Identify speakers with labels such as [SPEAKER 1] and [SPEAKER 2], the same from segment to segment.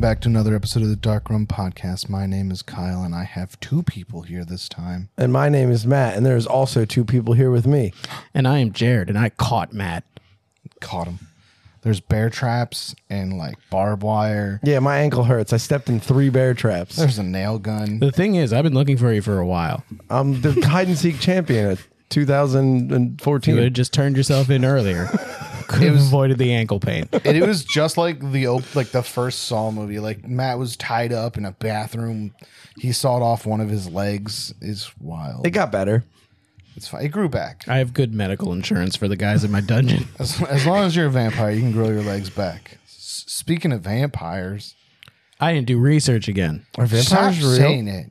[SPEAKER 1] back to another episode of the Dark Room Podcast. My name is Kyle, and I have two people here this time.
[SPEAKER 2] And my name is Matt, and there's also two people here with me.
[SPEAKER 3] And I am Jared, and I caught Matt.
[SPEAKER 1] Caught them. There's bear traps and like barbed wire.
[SPEAKER 2] Yeah, my ankle hurts. I stepped in three bear traps.
[SPEAKER 1] There's a nail gun.
[SPEAKER 3] The thing is, I've been looking for you for a while.
[SPEAKER 2] I'm the hide and seek champion at
[SPEAKER 3] You would
[SPEAKER 2] 2014.
[SPEAKER 3] have just turned yourself in earlier. Could have avoided the ankle pain.
[SPEAKER 1] And it was just like the op- like the first Saw movie. Like Matt was tied up in a bathroom. He sawed off one of his legs. It's wild.
[SPEAKER 2] It got better.
[SPEAKER 1] it's fine. It grew back.
[SPEAKER 3] I have good medical insurance for the guys in my dungeon.
[SPEAKER 1] As, as long as you're a vampire, you can grow your legs back. S- speaking of vampires,
[SPEAKER 3] I didn't do research again.
[SPEAKER 2] Are
[SPEAKER 1] stop
[SPEAKER 2] vampires real?
[SPEAKER 1] saying it.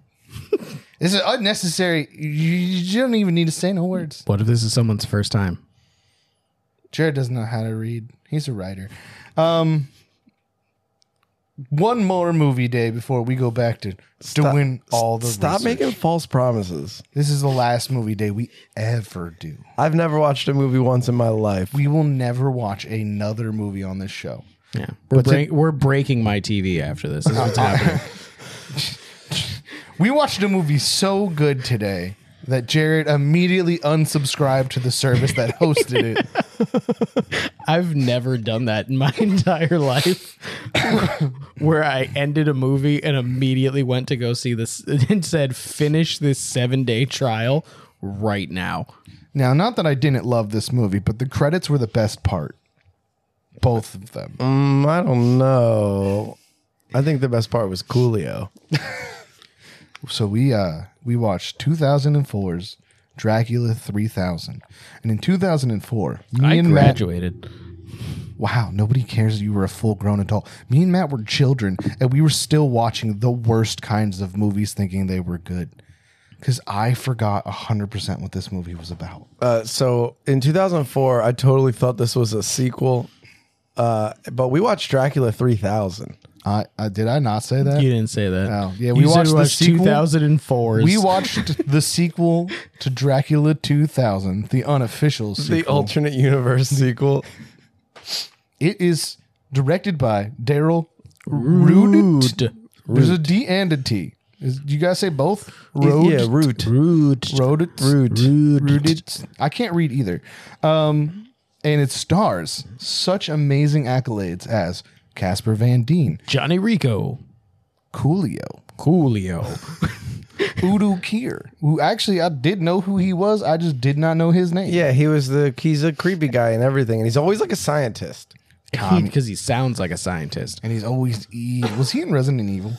[SPEAKER 1] This is unnecessary. You, you don't even need to say no words.
[SPEAKER 3] What if this is someone's first time?
[SPEAKER 1] Jared doesn't know how to read. He's a writer. Um, one more movie day before we go back to doing all the.
[SPEAKER 2] Stop
[SPEAKER 1] research.
[SPEAKER 2] making false promises.
[SPEAKER 1] This is the last movie day we ever do.
[SPEAKER 2] I've never watched a movie once in my life.
[SPEAKER 1] We will never watch another movie on this show.
[SPEAKER 3] Yeah, we're, break we're breaking my TV after this. This is what's happening.
[SPEAKER 1] We watched a movie so good today that Jared immediately unsubscribed to the service that hosted it.
[SPEAKER 3] I've never done that in my entire life, where I ended a movie and immediately went to go see this and said, "Finish this seven-day trial right now."
[SPEAKER 1] Now, not that I didn't love this movie, but the credits were the best part. Both of them.
[SPEAKER 2] Mm, I don't know. I think the best part was Coolio.
[SPEAKER 1] So we uh we watched 2004's Dracula 3000. And in 2004, me
[SPEAKER 3] I
[SPEAKER 1] and
[SPEAKER 3] graduated.
[SPEAKER 1] Matt Wow, nobody cares that you were a full-grown adult. Me and Matt were children and we were still watching the worst kinds of movies thinking they were good. Cuz I forgot 100% what this movie was about.
[SPEAKER 2] Uh, so in 2004, I totally thought this was a sequel, uh, but we watched Dracula 3000.
[SPEAKER 1] I uh, did I not say that?
[SPEAKER 3] You didn't say that.
[SPEAKER 1] Oh, yeah,
[SPEAKER 3] You
[SPEAKER 1] we
[SPEAKER 3] said
[SPEAKER 1] watched the sequel.
[SPEAKER 3] 2004.
[SPEAKER 1] We watched the sequel to Dracula 2000, the unofficial sequel.
[SPEAKER 2] The alternate universe sequel.
[SPEAKER 1] It is directed by Daryl Rudent.
[SPEAKER 3] Root.
[SPEAKER 1] There's a D and a T. Is, you guys say both? Road,
[SPEAKER 2] Yeah, Root.
[SPEAKER 3] Root.
[SPEAKER 1] Rodent.
[SPEAKER 2] Root.
[SPEAKER 1] Rooted. I can't read either. Um, and it stars such amazing accolades as Casper Van Dien,
[SPEAKER 3] Johnny Rico.
[SPEAKER 1] Coolio,
[SPEAKER 3] Coolio.
[SPEAKER 1] Udo Kier, who actually I did know who he was. I just did not know his name.
[SPEAKER 2] Yeah, he was the he's a creepy guy and everything, and he's always like a scientist.
[SPEAKER 3] Because he sounds like a scientist.
[SPEAKER 1] And he's always evil. Was he in Resident Evil?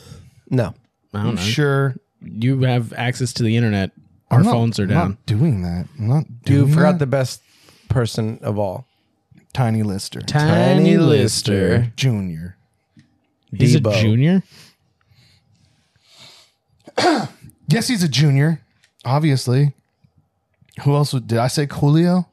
[SPEAKER 2] No,
[SPEAKER 3] I don't know.
[SPEAKER 1] Sure.
[SPEAKER 3] You have access to the internet. Our
[SPEAKER 1] I'm not-
[SPEAKER 3] phones are
[SPEAKER 1] I'm
[SPEAKER 3] down.
[SPEAKER 1] Not doing that. I'm not
[SPEAKER 2] you
[SPEAKER 3] Mm-hmm.
[SPEAKER 1] doing
[SPEAKER 2] forgot
[SPEAKER 1] that.
[SPEAKER 2] the best person of all.
[SPEAKER 1] Tiny Lister.
[SPEAKER 2] Tiny Lister.
[SPEAKER 1] Junior.
[SPEAKER 3] He's a
[SPEAKER 2] Debo.
[SPEAKER 3] junior.
[SPEAKER 1] Yes, he's a junior, obviously. Who else would, did I say Coolio?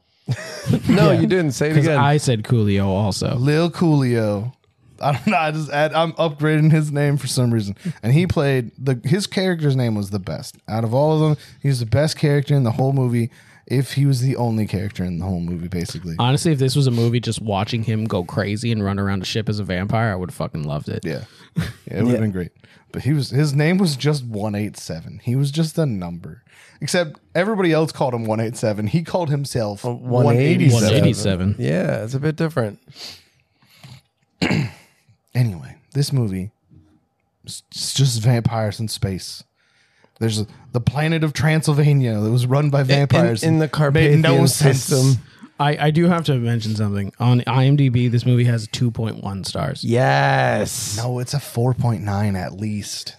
[SPEAKER 2] No, you didn't say it
[SPEAKER 3] Because
[SPEAKER 2] again.
[SPEAKER 3] I said Coolio also.
[SPEAKER 1] Lil Coolio. I don't know. I just add, I'm upgrading his name for some reason. And he played the his character's name was the best out of all of them. He was the best character in the whole movie. If he was the only character in the whole movie, basically.
[SPEAKER 3] Honestly, if this was a movie, just watching him go crazy and run around a ship as a vampire, I would have fucking loved it.
[SPEAKER 1] Yeah. Yeah, it would have been great. But he was his name was just 187. He was just a number. Except everybody else called him 187. He called himself
[SPEAKER 2] Oh, 187.
[SPEAKER 1] 187.
[SPEAKER 3] 187.
[SPEAKER 2] yeah, it's a bit different.
[SPEAKER 1] Anyway, this movie is it's just vampires in space. There's a- the planet of Transylvania that was run by vampires
[SPEAKER 2] in the
[SPEAKER 1] and
[SPEAKER 2] Carpathian system.
[SPEAKER 3] I, I do have to mention something. On IMDb, this movie has 2.1 stars.
[SPEAKER 2] Yes.
[SPEAKER 1] No, it's a 4.9 at least.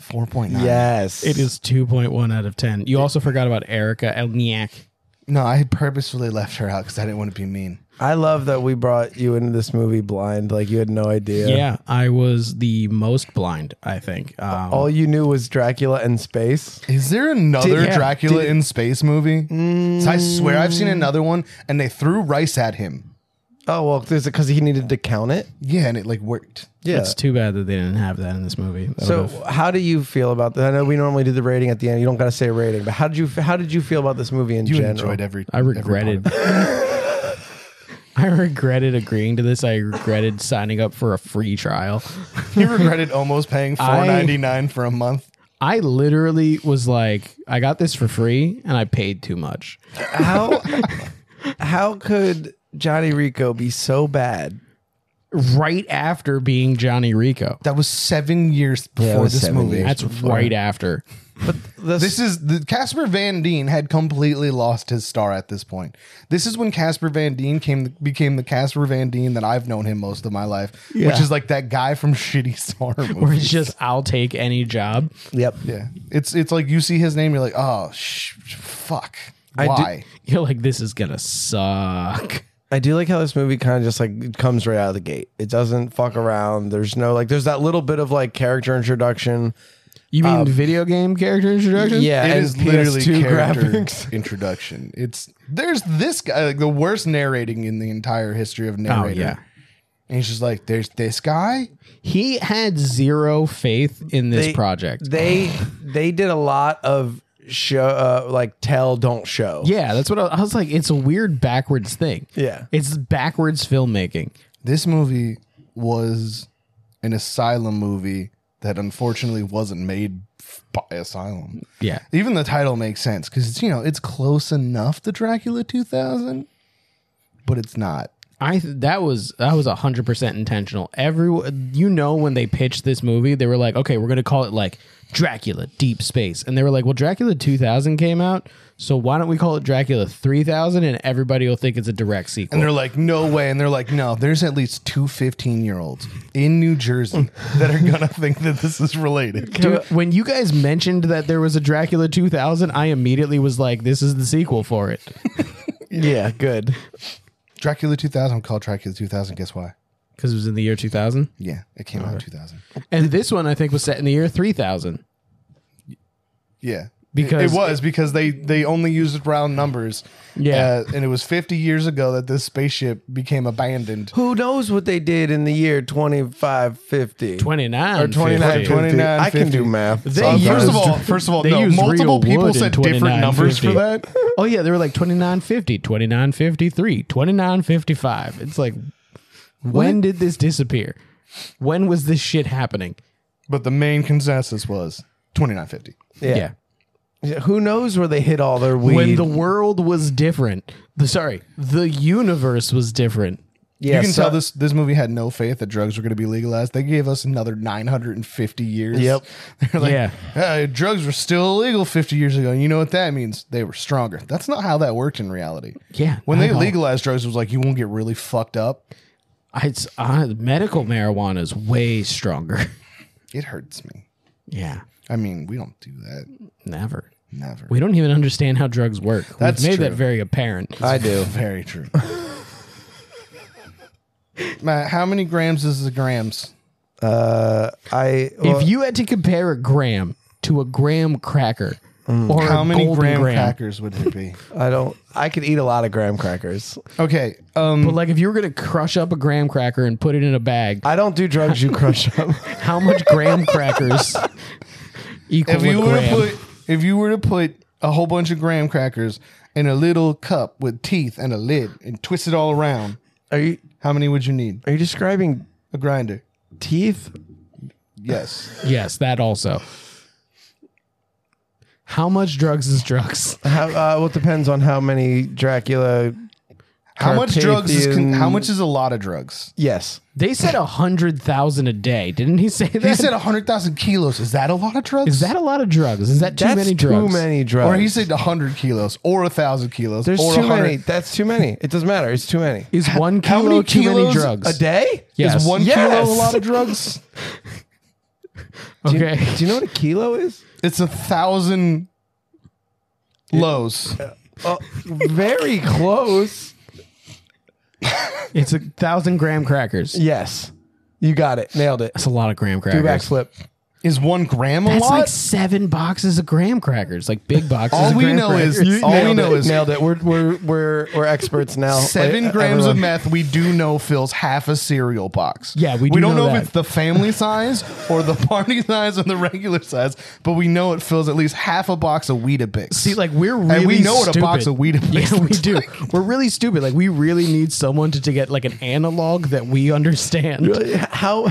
[SPEAKER 1] 4.9.
[SPEAKER 2] Yes.
[SPEAKER 3] It is 2.1 out of 10. You also forgot about Erica Elniak.
[SPEAKER 1] No, I purposefully left her out because I didn't want to be mean.
[SPEAKER 2] I love that we brought you into this movie blind, like you had no idea.
[SPEAKER 3] Yeah, I was the most blind, I think. Um,
[SPEAKER 2] All you knew was Dracula and space.
[SPEAKER 1] Is there another
[SPEAKER 2] Did- yeah. Mm.
[SPEAKER 1] Dracula in space movie? 'Cause I swear I've seen another one, and they threw rice at him.
[SPEAKER 2] Oh well, is it because he needed to count it?
[SPEAKER 1] Yeah, and it like worked.
[SPEAKER 2] Yeah.
[SPEAKER 3] It's too bad that they didn't have that in this movie. That
[SPEAKER 2] so
[SPEAKER 3] would've-
[SPEAKER 2] how do you feel about that? I know we normally do the rating at the end. You don't got to say rating, but how did you how did you feel about this movie in
[SPEAKER 1] You
[SPEAKER 2] general?
[SPEAKER 1] enjoyed every.
[SPEAKER 3] I regretted. I regretted agreeing to this. I regretted signing up for a free trial.
[SPEAKER 1] You regretted almost paying four ninety nine for a month.
[SPEAKER 3] I literally was like, I got this for free and I paid too much.
[SPEAKER 2] How how could Johnny Rico be so bad?
[SPEAKER 3] Right after being Johnny Rico.
[SPEAKER 1] That was seven years
[SPEAKER 2] it
[SPEAKER 1] before
[SPEAKER 2] was
[SPEAKER 1] this
[SPEAKER 2] seven
[SPEAKER 1] movie.
[SPEAKER 2] years.
[SPEAKER 3] That's right after.
[SPEAKER 2] But the,
[SPEAKER 1] This is the Casper Van Dien had completely lost his star at this point. This is when Casper Van Dien came became the Casper Van Dien that I've known him most of my life, which
[SPEAKER 2] Yeah.
[SPEAKER 1] is like that guy from shitty star
[SPEAKER 3] Where it's
[SPEAKER 1] movies.
[SPEAKER 3] just, I'll take any job.
[SPEAKER 2] yep.
[SPEAKER 1] yeah, it's it's like you see his name, you're like, oh sh- fuck,
[SPEAKER 2] do-
[SPEAKER 1] why?
[SPEAKER 3] You're like, this is going to suck.
[SPEAKER 2] I do like how this movie kind of just like comes right out of the gate. It doesn't fuck around. There's no like there's that little bit of like character introduction.
[SPEAKER 3] You mean video game character introduction?
[SPEAKER 2] Yeah,
[SPEAKER 1] It
[SPEAKER 2] and
[SPEAKER 1] is literally
[SPEAKER 2] PS2
[SPEAKER 1] character
[SPEAKER 2] graphics.
[SPEAKER 1] introduction. It's there's this guy, like the worst narrating in the entire history
[SPEAKER 2] Oh,
[SPEAKER 1] of narrating.
[SPEAKER 3] Oh, yeah.
[SPEAKER 1] And he's just like, there's this guy.
[SPEAKER 3] He had zero faith in this
[SPEAKER 2] They-
[SPEAKER 3] project.
[SPEAKER 2] They they did a lot of show uh, like tell don't show.
[SPEAKER 3] yeah, that's what I, I was like. It's a weird backwards thing.
[SPEAKER 2] Yeah.
[SPEAKER 3] It's backwards filmmaking.
[SPEAKER 1] This movie was an asylum movie that unfortunately wasn't made f- by Asylum.
[SPEAKER 3] Yeah.
[SPEAKER 1] Even the title makes sense because it's you know it's close enough to Dracula 2000, but it's not.
[SPEAKER 3] I th- that was that was hundred percent intentional. Everyone, you know, when they pitched this movie, they were like, "Okay, we're gonna call it like Dracula Deep Space," and they were like, "Well, Dracula 2000 came out, so why don't we call it Dracula 3000?" And everybody will think it's a direct sequel.
[SPEAKER 1] And they're like, no way. And they're like, no, there's at least two 15 year olds in New Jersey that are going to think that this is related.
[SPEAKER 3] Dude, when you guys mentioned that there was a Dracula 2000, I immediately was like, "This is the sequel for it."
[SPEAKER 2] Yeah, good.
[SPEAKER 1] Dracula 2000, called Dracula 2000. Guess why?
[SPEAKER 3] because it was in the year 2000.
[SPEAKER 1] Yeah, it came out in 2000.
[SPEAKER 3] And this one, I think, was set in the year 3000.
[SPEAKER 1] Yeah.
[SPEAKER 3] Because-
[SPEAKER 1] it, was because they they only used round numbers.
[SPEAKER 3] Yeah.
[SPEAKER 1] Uh, and it was 50 years ago that this spaceship became abandoned.
[SPEAKER 2] Who knows what they did in the year 2550
[SPEAKER 3] 29.
[SPEAKER 2] or 2950.
[SPEAKER 1] 29,
[SPEAKER 2] I can
[SPEAKER 1] 50.
[SPEAKER 2] do math.
[SPEAKER 3] They
[SPEAKER 1] Uh,
[SPEAKER 2] sometimes.
[SPEAKER 1] first
[SPEAKER 3] used-
[SPEAKER 1] of all, first of all,
[SPEAKER 3] they
[SPEAKER 1] no,
[SPEAKER 3] used real
[SPEAKER 1] multiple
[SPEAKER 3] wood
[SPEAKER 1] people
[SPEAKER 3] in
[SPEAKER 1] said different numbers for
[SPEAKER 3] 2950.
[SPEAKER 1] that.
[SPEAKER 3] Oh, yeah. They were like 2950, 2953, 2955. It's like, when did this disappear? When was this shit happening?
[SPEAKER 1] But the main consensus was 2950.
[SPEAKER 2] yeah. Yeah, Who knows where they hit all their weed?
[SPEAKER 3] When the world was different. The, sorry, the universe was different.
[SPEAKER 2] yeah,
[SPEAKER 1] you can
[SPEAKER 2] so-
[SPEAKER 1] tell this this movie had no faith that drugs were going to be legalized. They gave us another 950 years.
[SPEAKER 2] Yep.
[SPEAKER 1] They're like,
[SPEAKER 3] Yeah.
[SPEAKER 1] "Uh, drugs were still illegal 50 years ago. And you know what that means? They were stronger. That's not how that worked in reality.
[SPEAKER 3] Yeah,
[SPEAKER 1] When
[SPEAKER 3] not
[SPEAKER 1] they
[SPEAKER 3] at all.
[SPEAKER 1] legalized drugs, it was like, you won't get really fucked up.
[SPEAKER 3] It's uh, medical marijuana is way stronger.
[SPEAKER 1] It hurts me.
[SPEAKER 3] yeah,
[SPEAKER 1] I mean, we don't do that.
[SPEAKER 3] never.
[SPEAKER 1] Never.
[SPEAKER 3] We don't even understand how drugs work.
[SPEAKER 1] That's
[SPEAKER 3] We've made that
[SPEAKER 1] true. Uh,
[SPEAKER 3] very apparent.
[SPEAKER 2] I do.
[SPEAKER 1] Very true. Matt, how many grams is the grams?
[SPEAKER 2] Uh, I well,
[SPEAKER 3] if you had to compare a gram to a graham cracker or
[SPEAKER 1] Mm. How
[SPEAKER 3] a
[SPEAKER 1] many
[SPEAKER 3] golden
[SPEAKER 1] graham,
[SPEAKER 3] graham,
[SPEAKER 1] crackers would it be?
[SPEAKER 2] I don't. I could eat a lot of graham crackers.
[SPEAKER 1] okay. Um,
[SPEAKER 3] but like if you were gonna crush up a graham cracker and put it in a bag,
[SPEAKER 2] I don't do drugs. You crush them.
[SPEAKER 3] how much graham crackers equal
[SPEAKER 1] if you
[SPEAKER 3] a
[SPEAKER 1] were to
[SPEAKER 3] gram?
[SPEAKER 1] put if you were to put a whole bunch of graham crackers in a little cup with teeth and a lid and twist it all around,
[SPEAKER 2] Are you
[SPEAKER 1] how many would you need?
[SPEAKER 2] Are you describing
[SPEAKER 1] A grinder.
[SPEAKER 2] teeth?
[SPEAKER 1] Yes.
[SPEAKER 3] yes, that also. How much drugs is drugs?
[SPEAKER 2] How, uh, well, it depends on how many Dracula.
[SPEAKER 1] how much drugs is con-
[SPEAKER 2] Carpathian-
[SPEAKER 1] how much is a lot of drugs?
[SPEAKER 2] Yes.
[SPEAKER 3] They said a hundred thousand a day, didn't he say that?
[SPEAKER 1] He said 100,000 kilos. Is that a lot of drugs?
[SPEAKER 3] Is that a lot of drugs? Is that too
[SPEAKER 2] That's
[SPEAKER 3] many drugs?
[SPEAKER 2] Too many drugs.
[SPEAKER 1] or he said 100 kilos or 1,000 kilos
[SPEAKER 2] There's
[SPEAKER 1] or
[SPEAKER 2] too
[SPEAKER 1] 100
[SPEAKER 2] many. That's too many. It doesn't matter. It's too many.
[SPEAKER 3] Is one
[SPEAKER 1] how
[SPEAKER 3] kilo
[SPEAKER 1] many
[SPEAKER 3] too many
[SPEAKER 1] kilos
[SPEAKER 3] drugs?
[SPEAKER 2] A day?
[SPEAKER 3] Yes.
[SPEAKER 1] Is one
[SPEAKER 2] Yes.
[SPEAKER 1] kilo a lot of drugs?
[SPEAKER 3] Okay.
[SPEAKER 2] Do you know what a kilo is?
[SPEAKER 1] It's a thousand lows.
[SPEAKER 2] Oh, very close.
[SPEAKER 3] It's a thousand graham crackers.
[SPEAKER 2] Yes. You got it. Nailed it.
[SPEAKER 3] That's a lot of graham
[SPEAKER 2] Do
[SPEAKER 3] crackers.
[SPEAKER 2] a backflip.
[SPEAKER 1] Is one gram a
[SPEAKER 3] That's
[SPEAKER 1] lot?
[SPEAKER 3] like seven boxes of graham crackers, like big boxes.
[SPEAKER 1] all
[SPEAKER 3] of
[SPEAKER 1] we
[SPEAKER 3] graham
[SPEAKER 1] know
[SPEAKER 3] crackers.
[SPEAKER 1] is all we
[SPEAKER 2] Nailed
[SPEAKER 1] know
[SPEAKER 2] it,
[SPEAKER 1] is
[SPEAKER 2] nailed it. We're we're we're we're experts
[SPEAKER 3] Oh,
[SPEAKER 2] now.
[SPEAKER 1] seven
[SPEAKER 3] uh,
[SPEAKER 2] Like,
[SPEAKER 1] grams of
[SPEAKER 2] everyone.
[SPEAKER 1] meth. We do know fills half a cereal box.
[SPEAKER 3] Yeah, we do
[SPEAKER 1] we don't
[SPEAKER 3] know
[SPEAKER 1] know,
[SPEAKER 3] that.
[SPEAKER 1] if it's the family size or the party size or the regular size, but we know it fills at least half a box of Weetabix.
[SPEAKER 3] See, like we're really
[SPEAKER 1] and we know
[SPEAKER 3] stupid.
[SPEAKER 1] what a box of Weetabix.
[SPEAKER 3] Yeah, we
[SPEAKER 1] looks
[SPEAKER 3] do.
[SPEAKER 1] like.
[SPEAKER 3] We're really stupid. Like we really need someone to, to get like an analog that we understand.
[SPEAKER 2] How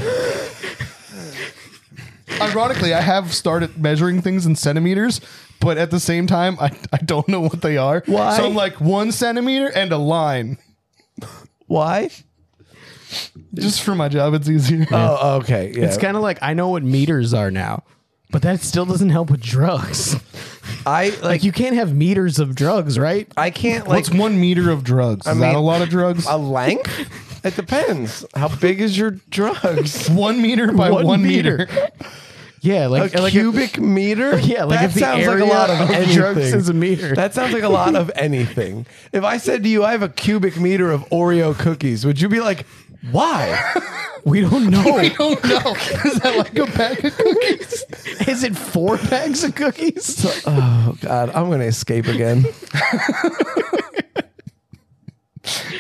[SPEAKER 1] Ironically, I have started measuring things in centimeters, but at the same time, I, I don't know what they are.
[SPEAKER 2] Why?
[SPEAKER 1] So I'm like one centimeter and a line.
[SPEAKER 2] why?
[SPEAKER 1] Just for my job, it's easier.
[SPEAKER 3] Uh,
[SPEAKER 2] Oh, okay. Yeah.
[SPEAKER 3] It's kind of like I know what meters are now, but that still doesn't help with drugs.
[SPEAKER 2] I like
[SPEAKER 3] Like you can't have meters of drugs, right?
[SPEAKER 2] I can't like
[SPEAKER 1] What's one meter of drugs? Is that
[SPEAKER 2] mean-
[SPEAKER 1] a lot of drugs?
[SPEAKER 2] a length? It depends. How big is your drugs?
[SPEAKER 1] one meter by one, meter.
[SPEAKER 3] Yeah, like
[SPEAKER 2] A
[SPEAKER 3] like
[SPEAKER 2] cubic meter?
[SPEAKER 3] Yeah, like
[SPEAKER 2] that
[SPEAKER 3] if the
[SPEAKER 2] sounds like a
[SPEAKER 3] area
[SPEAKER 2] lot of,
[SPEAKER 3] of
[SPEAKER 2] anything.
[SPEAKER 3] drugs is a meter.
[SPEAKER 2] That sounds like a lot of anything. If I said to you, I have a cubic meter of Oreo cookies, would you be like, why?
[SPEAKER 3] we don't know.
[SPEAKER 1] I don't know. Is that like a pack of cookies?
[SPEAKER 3] is it four bags of cookies?
[SPEAKER 2] oh God, I'm gonna escape again.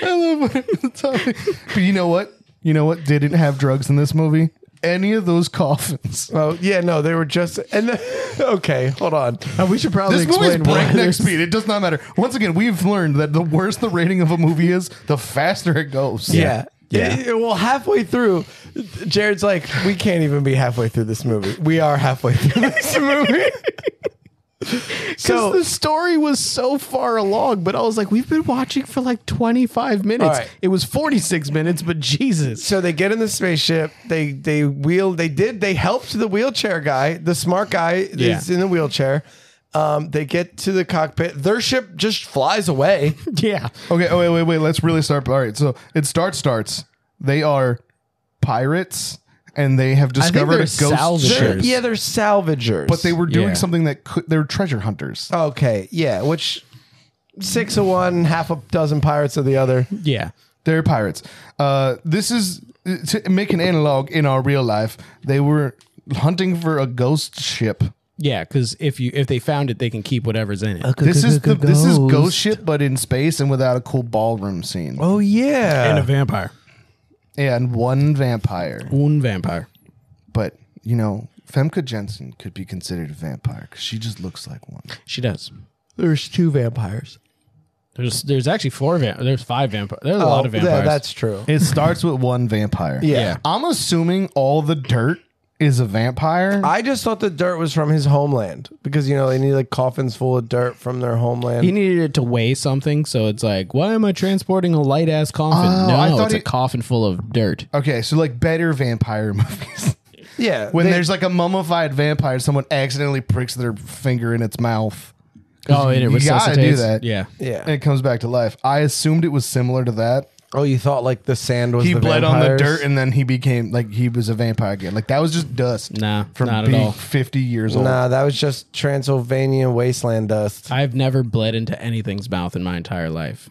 [SPEAKER 1] I love what it's talking- But you know what? You know what didn't have drugs in this movie? Any of those coffins.
[SPEAKER 2] Oh yeah, no, they were just and then, okay, hold on.
[SPEAKER 3] Uh, we should probably
[SPEAKER 1] This movie's
[SPEAKER 3] explain why
[SPEAKER 1] breakneck
[SPEAKER 3] there's-
[SPEAKER 1] speed. It does not matter. Once again, we've learned that the worse the rating of a movie is, the faster it goes.
[SPEAKER 2] Yeah.
[SPEAKER 3] Yeah.
[SPEAKER 2] It- it- well, halfway through, Jared's like, we can't even be halfway through this movie. We are halfway through this movie.
[SPEAKER 3] Because
[SPEAKER 2] so
[SPEAKER 3] the story was so far along, but I was like, we've been watching for like 25 minutes.
[SPEAKER 2] All right.
[SPEAKER 3] It was 46 minutes, but Jesus.
[SPEAKER 2] so they get in the spaceship. They they wheel. They did. They helped the wheelchair guy. The smart guy
[SPEAKER 3] Yeah.
[SPEAKER 2] is in the wheelchair. Um, they get to the cockpit. Their ship just flies away.
[SPEAKER 3] Yeah.
[SPEAKER 1] Okay, oh, wait, wait, wait. Let's really start. All right, so it starts, starts. They are pirates and they have
[SPEAKER 3] think
[SPEAKER 1] discovered a
[SPEAKER 3] they're
[SPEAKER 1] ghost
[SPEAKER 3] salvagers.
[SPEAKER 1] ship.
[SPEAKER 2] They're- yeah, they're salvagers.
[SPEAKER 1] But they were doing
[SPEAKER 3] Yeah.
[SPEAKER 1] something that could, they were treasure hunters.
[SPEAKER 2] okay. Yeah, which six of one, half a dozen pirates of the other.
[SPEAKER 3] Yeah.
[SPEAKER 1] They're pirates. Uh, this is to make an analog in our real life. They were hunting for a ghost ship.
[SPEAKER 3] Yeah, because if you if they found it, they can keep whatever's in it.
[SPEAKER 1] This is the, this is ghost ship, but in space and without a cool ballroom scene.
[SPEAKER 2] Oh yeah.
[SPEAKER 3] And a vampire.
[SPEAKER 1] And one vampire,
[SPEAKER 3] One vampire.
[SPEAKER 1] but you know, Femke Jensen could be considered a vampire because she just looks like one.
[SPEAKER 3] She does.
[SPEAKER 2] There's two vampires.
[SPEAKER 3] There's there's actually four vamp. There's five vampires. There's a lot of vampires.
[SPEAKER 2] Yeah, that's true.
[SPEAKER 1] It starts with one vampire.
[SPEAKER 2] Yeah.
[SPEAKER 1] I'm assuming all the dirt is a vampire.
[SPEAKER 2] I just thought the dirt was from his homeland because you know they need like coffins full of dirt from their homeland.
[SPEAKER 3] he needed it to weigh something, so it's like, why am I transporting a light ass coffin?
[SPEAKER 1] Oh,
[SPEAKER 3] no,
[SPEAKER 1] I thought
[SPEAKER 3] it's a
[SPEAKER 1] it-
[SPEAKER 3] coffin full of dirt.
[SPEAKER 1] okay, so like better vampire movies.
[SPEAKER 2] yeah,
[SPEAKER 1] When
[SPEAKER 2] they-
[SPEAKER 1] there's like a mummified vampire, someone accidentally pricks their finger in its mouth.
[SPEAKER 3] Oh, and it
[SPEAKER 1] you gotta do
[SPEAKER 3] resuscitates.
[SPEAKER 1] that.
[SPEAKER 3] Yeah.
[SPEAKER 1] And
[SPEAKER 2] yeah.
[SPEAKER 1] it comes back to life. I assumed it was similar to that.
[SPEAKER 2] Oh, you thought like the sand was
[SPEAKER 1] He
[SPEAKER 2] the
[SPEAKER 1] bled on the
[SPEAKER 2] vampires?
[SPEAKER 1] dirt and then he became like he was a vampire again. Like that was just dust.
[SPEAKER 3] Nah,
[SPEAKER 1] from
[SPEAKER 3] not at
[SPEAKER 1] being
[SPEAKER 3] all.
[SPEAKER 1] 50 years old.
[SPEAKER 2] Nah, that was just Transylvania wasteland dust.
[SPEAKER 3] I've never bled into anything's mouth in my entire life.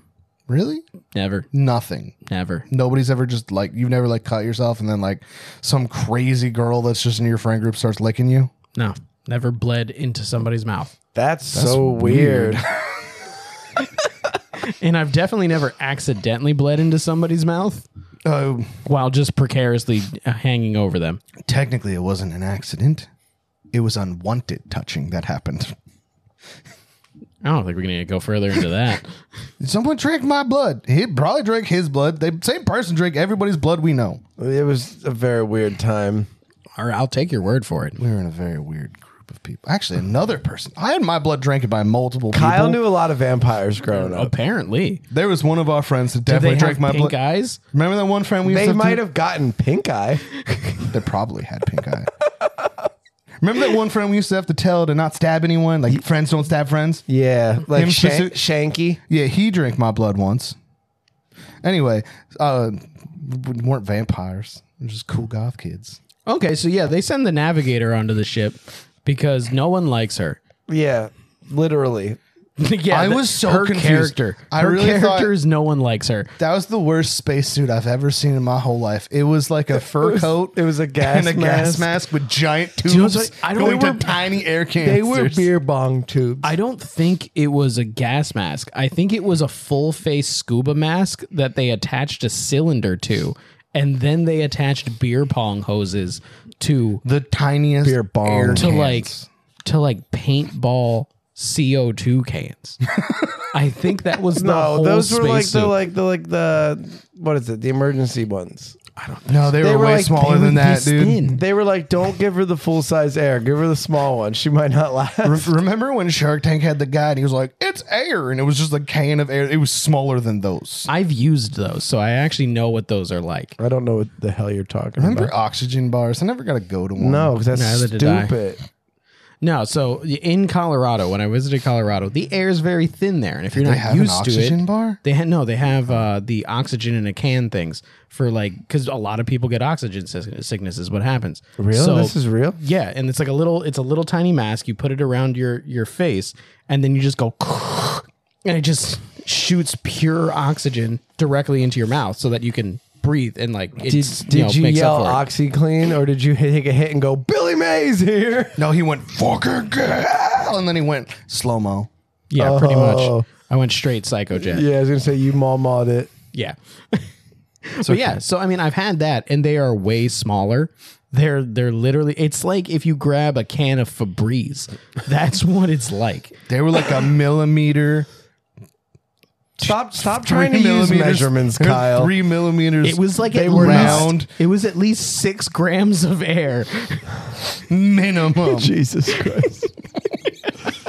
[SPEAKER 1] Really?
[SPEAKER 3] Never.
[SPEAKER 1] Nothing.
[SPEAKER 3] Never.
[SPEAKER 1] Nobody's ever just like you've never like cut yourself and then like some crazy girl that's just in your friend group starts licking you.
[SPEAKER 3] No. Never bled into somebody's mouth.
[SPEAKER 2] That's, so weird.
[SPEAKER 3] And I've definitely never accidentally bled into somebody's mouth
[SPEAKER 1] Oh,
[SPEAKER 3] while just precariously uh, hanging over them.
[SPEAKER 1] technically it wasn't an accident. It was unwanted touching that happened.
[SPEAKER 3] I don't think we're going to go further into that.
[SPEAKER 1] Someone drank my blood. He probably drank his blood. The same person drank everybody's blood we know.
[SPEAKER 2] it was a very weird time.
[SPEAKER 3] or I'll take your word for it.
[SPEAKER 1] We were in a very weird group of people. Actually, another person. I had my blood drank by multiple
[SPEAKER 2] Kyle
[SPEAKER 1] people.
[SPEAKER 2] knew a lot of vampires growing up.
[SPEAKER 3] Apparently.
[SPEAKER 1] there was one of our friends that definitely
[SPEAKER 3] they
[SPEAKER 1] drank
[SPEAKER 3] have
[SPEAKER 1] my
[SPEAKER 3] pink
[SPEAKER 1] blood.
[SPEAKER 3] eyes?
[SPEAKER 1] Remember that one friend we used
[SPEAKER 2] They
[SPEAKER 1] to
[SPEAKER 2] might have gotten pink eye.
[SPEAKER 1] They probably had pink eye. Remember that one friend we used to have to tell to not stab anyone? Like friends don't stab friends.
[SPEAKER 2] Yeah, like
[SPEAKER 1] Him
[SPEAKER 2] shan-
[SPEAKER 1] pursu-
[SPEAKER 2] Shanky.
[SPEAKER 1] Yeah, he drank my blood once. Anyway, uh, we weren't vampires. We We're just cool goth kids.
[SPEAKER 3] Okay, so yeah, they send the navigator onto the ship because no one likes her.
[SPEAKER 2] Yeah, literally.
[SPEAKER 3] yeah,
[SPEAKER 1] I
[SPEAKER 3] the-
[SPEAKER 1] was so
[SPEAKER 3] her
[SPEAKER 1] confused.
[SPEAKER 3] character.
[SPEAKER 1] I
[SPEAKER 3] her
[SPEAKER 1] really
[SPEAKER 3] character
[SPEAKER 1] thought-
[SPEAKER 3] is no one likes her.
[SPEAKER 1] That was the worst spacesuit I've ever seen in my whole life. It was like a fur
[SPEAKER 2] was-
[SPEAKER 1] coat.
[SPEAKER 2] it was a gas
[SPEAKER 1] and a gas
[SPEAKER 2] mask.
[SPEAKER 1] mask with giant tubes
[SPEAKER 3] know what's funny? I don't-
[SPEAKER 1] going
[SPEAKER 3] they were-
[SPEAKER 1] to tiny air canisters.
[SPEAKER 2] They were beer bong tubes.
[SPEAKER 3] I don't think it was a gas mask. I think it was a full face scuba mask that they attached a cylinder to, and then they attached beer pong hoses to
[SPEAKER 1] the tiniest
[SPEAKER 2] Beer bong.
[SPEAKER 1] air
[SPEAKER 3] to
[SPEAKER 1] cans.
[SPEAKER 3] like to like paintball CO two cans. I think that was the
[SPEAKER 2] no,
[SPEAKER 3] whole
[SPEAKER 2] those were like
[SPEAKER 3] spacesuit.
[SPEAKER 2] the like the like the what is it? The emergency ones.
[SPEAKER 1] No, they, were,
[SPEAKER 2] were,
[SPEAKER 1] way
[SPEAKER 2] like,
[SPEAKER 1] smaller
[SPEAKER 3] they
[SPEAKER 1] than
[SPEAKER 3] would be
[SPEAKER 1] that, dude.
[SPEAKER 3] thin.
[SPEAKER 2] They were like, don't give her the full size air. Give her the small one. She might not last.
[SPEAKER 1] Re- Remember when Shark Tank had the guy and he was like, "It's air," and it was just a can of air. It was smaller than those.
[SPEAKER 3] I've used those, so I actually know what those are like.
[SPEAKER 2] I don't know what the hell you're talking
[SPEAKER 1] Remember
[SPEAKER 2] about.
[SPEAKER 1] oxygen bars? I never got to go to one.
[SPEAKER 2] No, because that's
[SPEAKER 3] Neither did I.
[SPEAKER 2] stupid.
[SPEAKER 3] No, so in Colorado, when I visited Colorado, the air is very thin there, and if you're
[SPEAKER 1] they
[SPEAKER 3] not
[SPEAKER 1] have an
[SPEAKER 3] used to
[SPEAKER 1] oxygen
[SPEAKER 3] it,
[SPEAKER 1] bar.
[SPEAKER 3] They had no, they have uh, the oxygen in a can things for like because a lot of people get oxygen sick- sickness is what happens.
[SPEAKER 2] Really?
[SPEAKER 3] So-
[SPEAKER 2] this is real?
[SPEAKER 3] yeah, and it's like a little, it's a little tiny mask. You put it around your your face, and then you just go, and it just shoots pure oxygen directly into your mouth so that you can breathe and like
[SPEAKER 2] Did,
[SPEAKER 3] it,
[SPEAKER 2] did
[SPEAKER 3] you, know,
[SPEAKER 2] you
[SPEAKER 3] makes
[SPEAKER 2] yell
[SPEAKER 3] up for it.
[SPEAKER 2] OxyClean or did you hit- take a hit and go, Billy Mays here?
[SPEAKER 1] No, he went fucking girl, and then he went slow mo.
[SPEAKER 3] Yeah, pretty
[SPEAKER 2] Oh.
[SPEAKER 3] much. I went straight psycho jet.
[SPEAKER 2] Yeah, I was going to say, you mawmawed it.
[SPEAKER 3] Yeah. so yeah, so I mean, I've had that, and they are way smaller. They're they're literally. It's like if you grab a can of Febreze. That's what it's like.
[SPEAKER 1] They were like a millimeter,
[SPEAKER 2] Stop stop
[SPEAKER 1] three
[SPEAKER 2] trying to use
[SPEAKER 1] millimeters-
[SPEAKER 2] measurements,
[SPEAKER 1] they're
[SPEAKER 2] Kyle.
[SPEAKER 1] Three millimeters.
[SPEAKER 3] It was like
[SPEAKER 1] they
[SPEAKER 3] at
[SPEAKER 1] were
[SPEAKER 3] least-
[SPEAKER 1] round
[SPEAKER 3] It was at least six grams of air.
[SPEAKER 1] minimum.
[SPEAKER 2] Jesus Christ.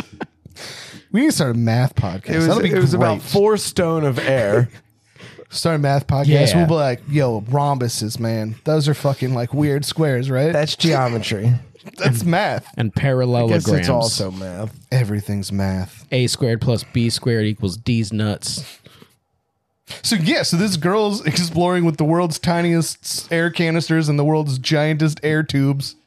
[SPEAKER 1] we need to start a math podcast.
[SPEAKER 2] it was,
[SPEAKER 1] That'll be
[SPEAKER 2] it was about
[SPEAKER 1] great.
[SPEAKER 2] four stone of air.
[SPEAKER 1] start a math podcast.
[SPEAKER 3] Yeah.
[SPEAKER 1] We'll be like, yo, rhombuses, man. Those are fucking like weird squares, right?
[SPEAKER 2] That's geometry.
[SPEAKER 1] That's math.
[SPEAKER 3] And
[SPEAKER 2] Guess
[SPEAKER 3] parallelograms.
[SPEAKER 2] it's also math.
[SPEAKER 1] Everything's math.
[SPEAKER 3] a squared plus b squared equals d's nuts.
[SPEAKER 1] So yeah, so this girl's exploring with the world's tiniest air canisters and the world's giantest air tubes,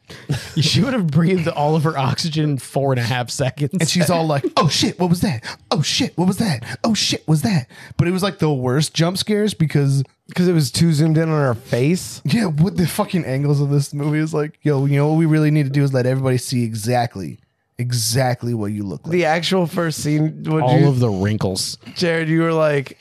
[SPEAKER 3] She would have breathed all of her oxygen in four and a half seconds.
[SPEAKER 1] and she's all like, "Oh shit, what was that? Oh shit, what was that? Oh shit, was that?" But it was like the worst jump scares because
[SPEAKER 2] Because it was too zoomed in on our face.
[SPEAKER 1] yeah, what the fucking angles of this movie is like, yo, you know what we really need to do is let everybody see exactly, exactly what you look like.
[SPEAKER 2] The actual first scene, what
[SPEAKER 3] all
[SPEAKER 2] you,
[SPEAKER 3] of the wrinkles.
[SPEAKER 2] Jared, you were like,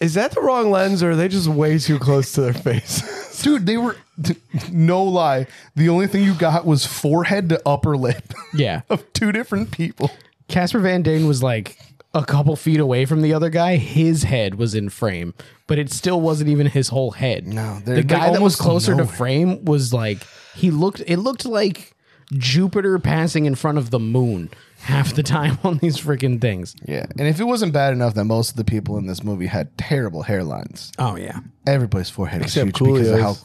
[SPEAKER 2] is that the wrong lens or are they just way too close to their face?
[SPEAKER 1] Dude, they were d- no lie. The only thing you got was forehead to upper lip
[SPEAKER 3] Yeah.
[SPEAKER 1] of two different people.
[SPEAKER 3] Casper Van Dane was like a couple feet away from the other guy. His head was in frame, but it still wasn't even his whole head.
[SPEAKER 1] No, they're-
[SPEAKER 3] the guy
[SPEAKER 1] they're
[SPEAKER 3] that
[SPEAKER 1] almost
[SPEAKER 3] was closer to
[SPEAKER 1] nowhere.
[SPEAKER 3] frame was like he looked. It looked like Jupiter passing in front of the moon half the time on these freaking things.
[SPEAKER 1] Yeah, and if it wasn't bad enough that most of the people in this movie had terrible hairlines,
[SPEAKER 3] Oh yeah,
[SPEAKER 1] everybody's forehead was
[SPEAKER 2] Except
[SPEAKER 1] huge because of how.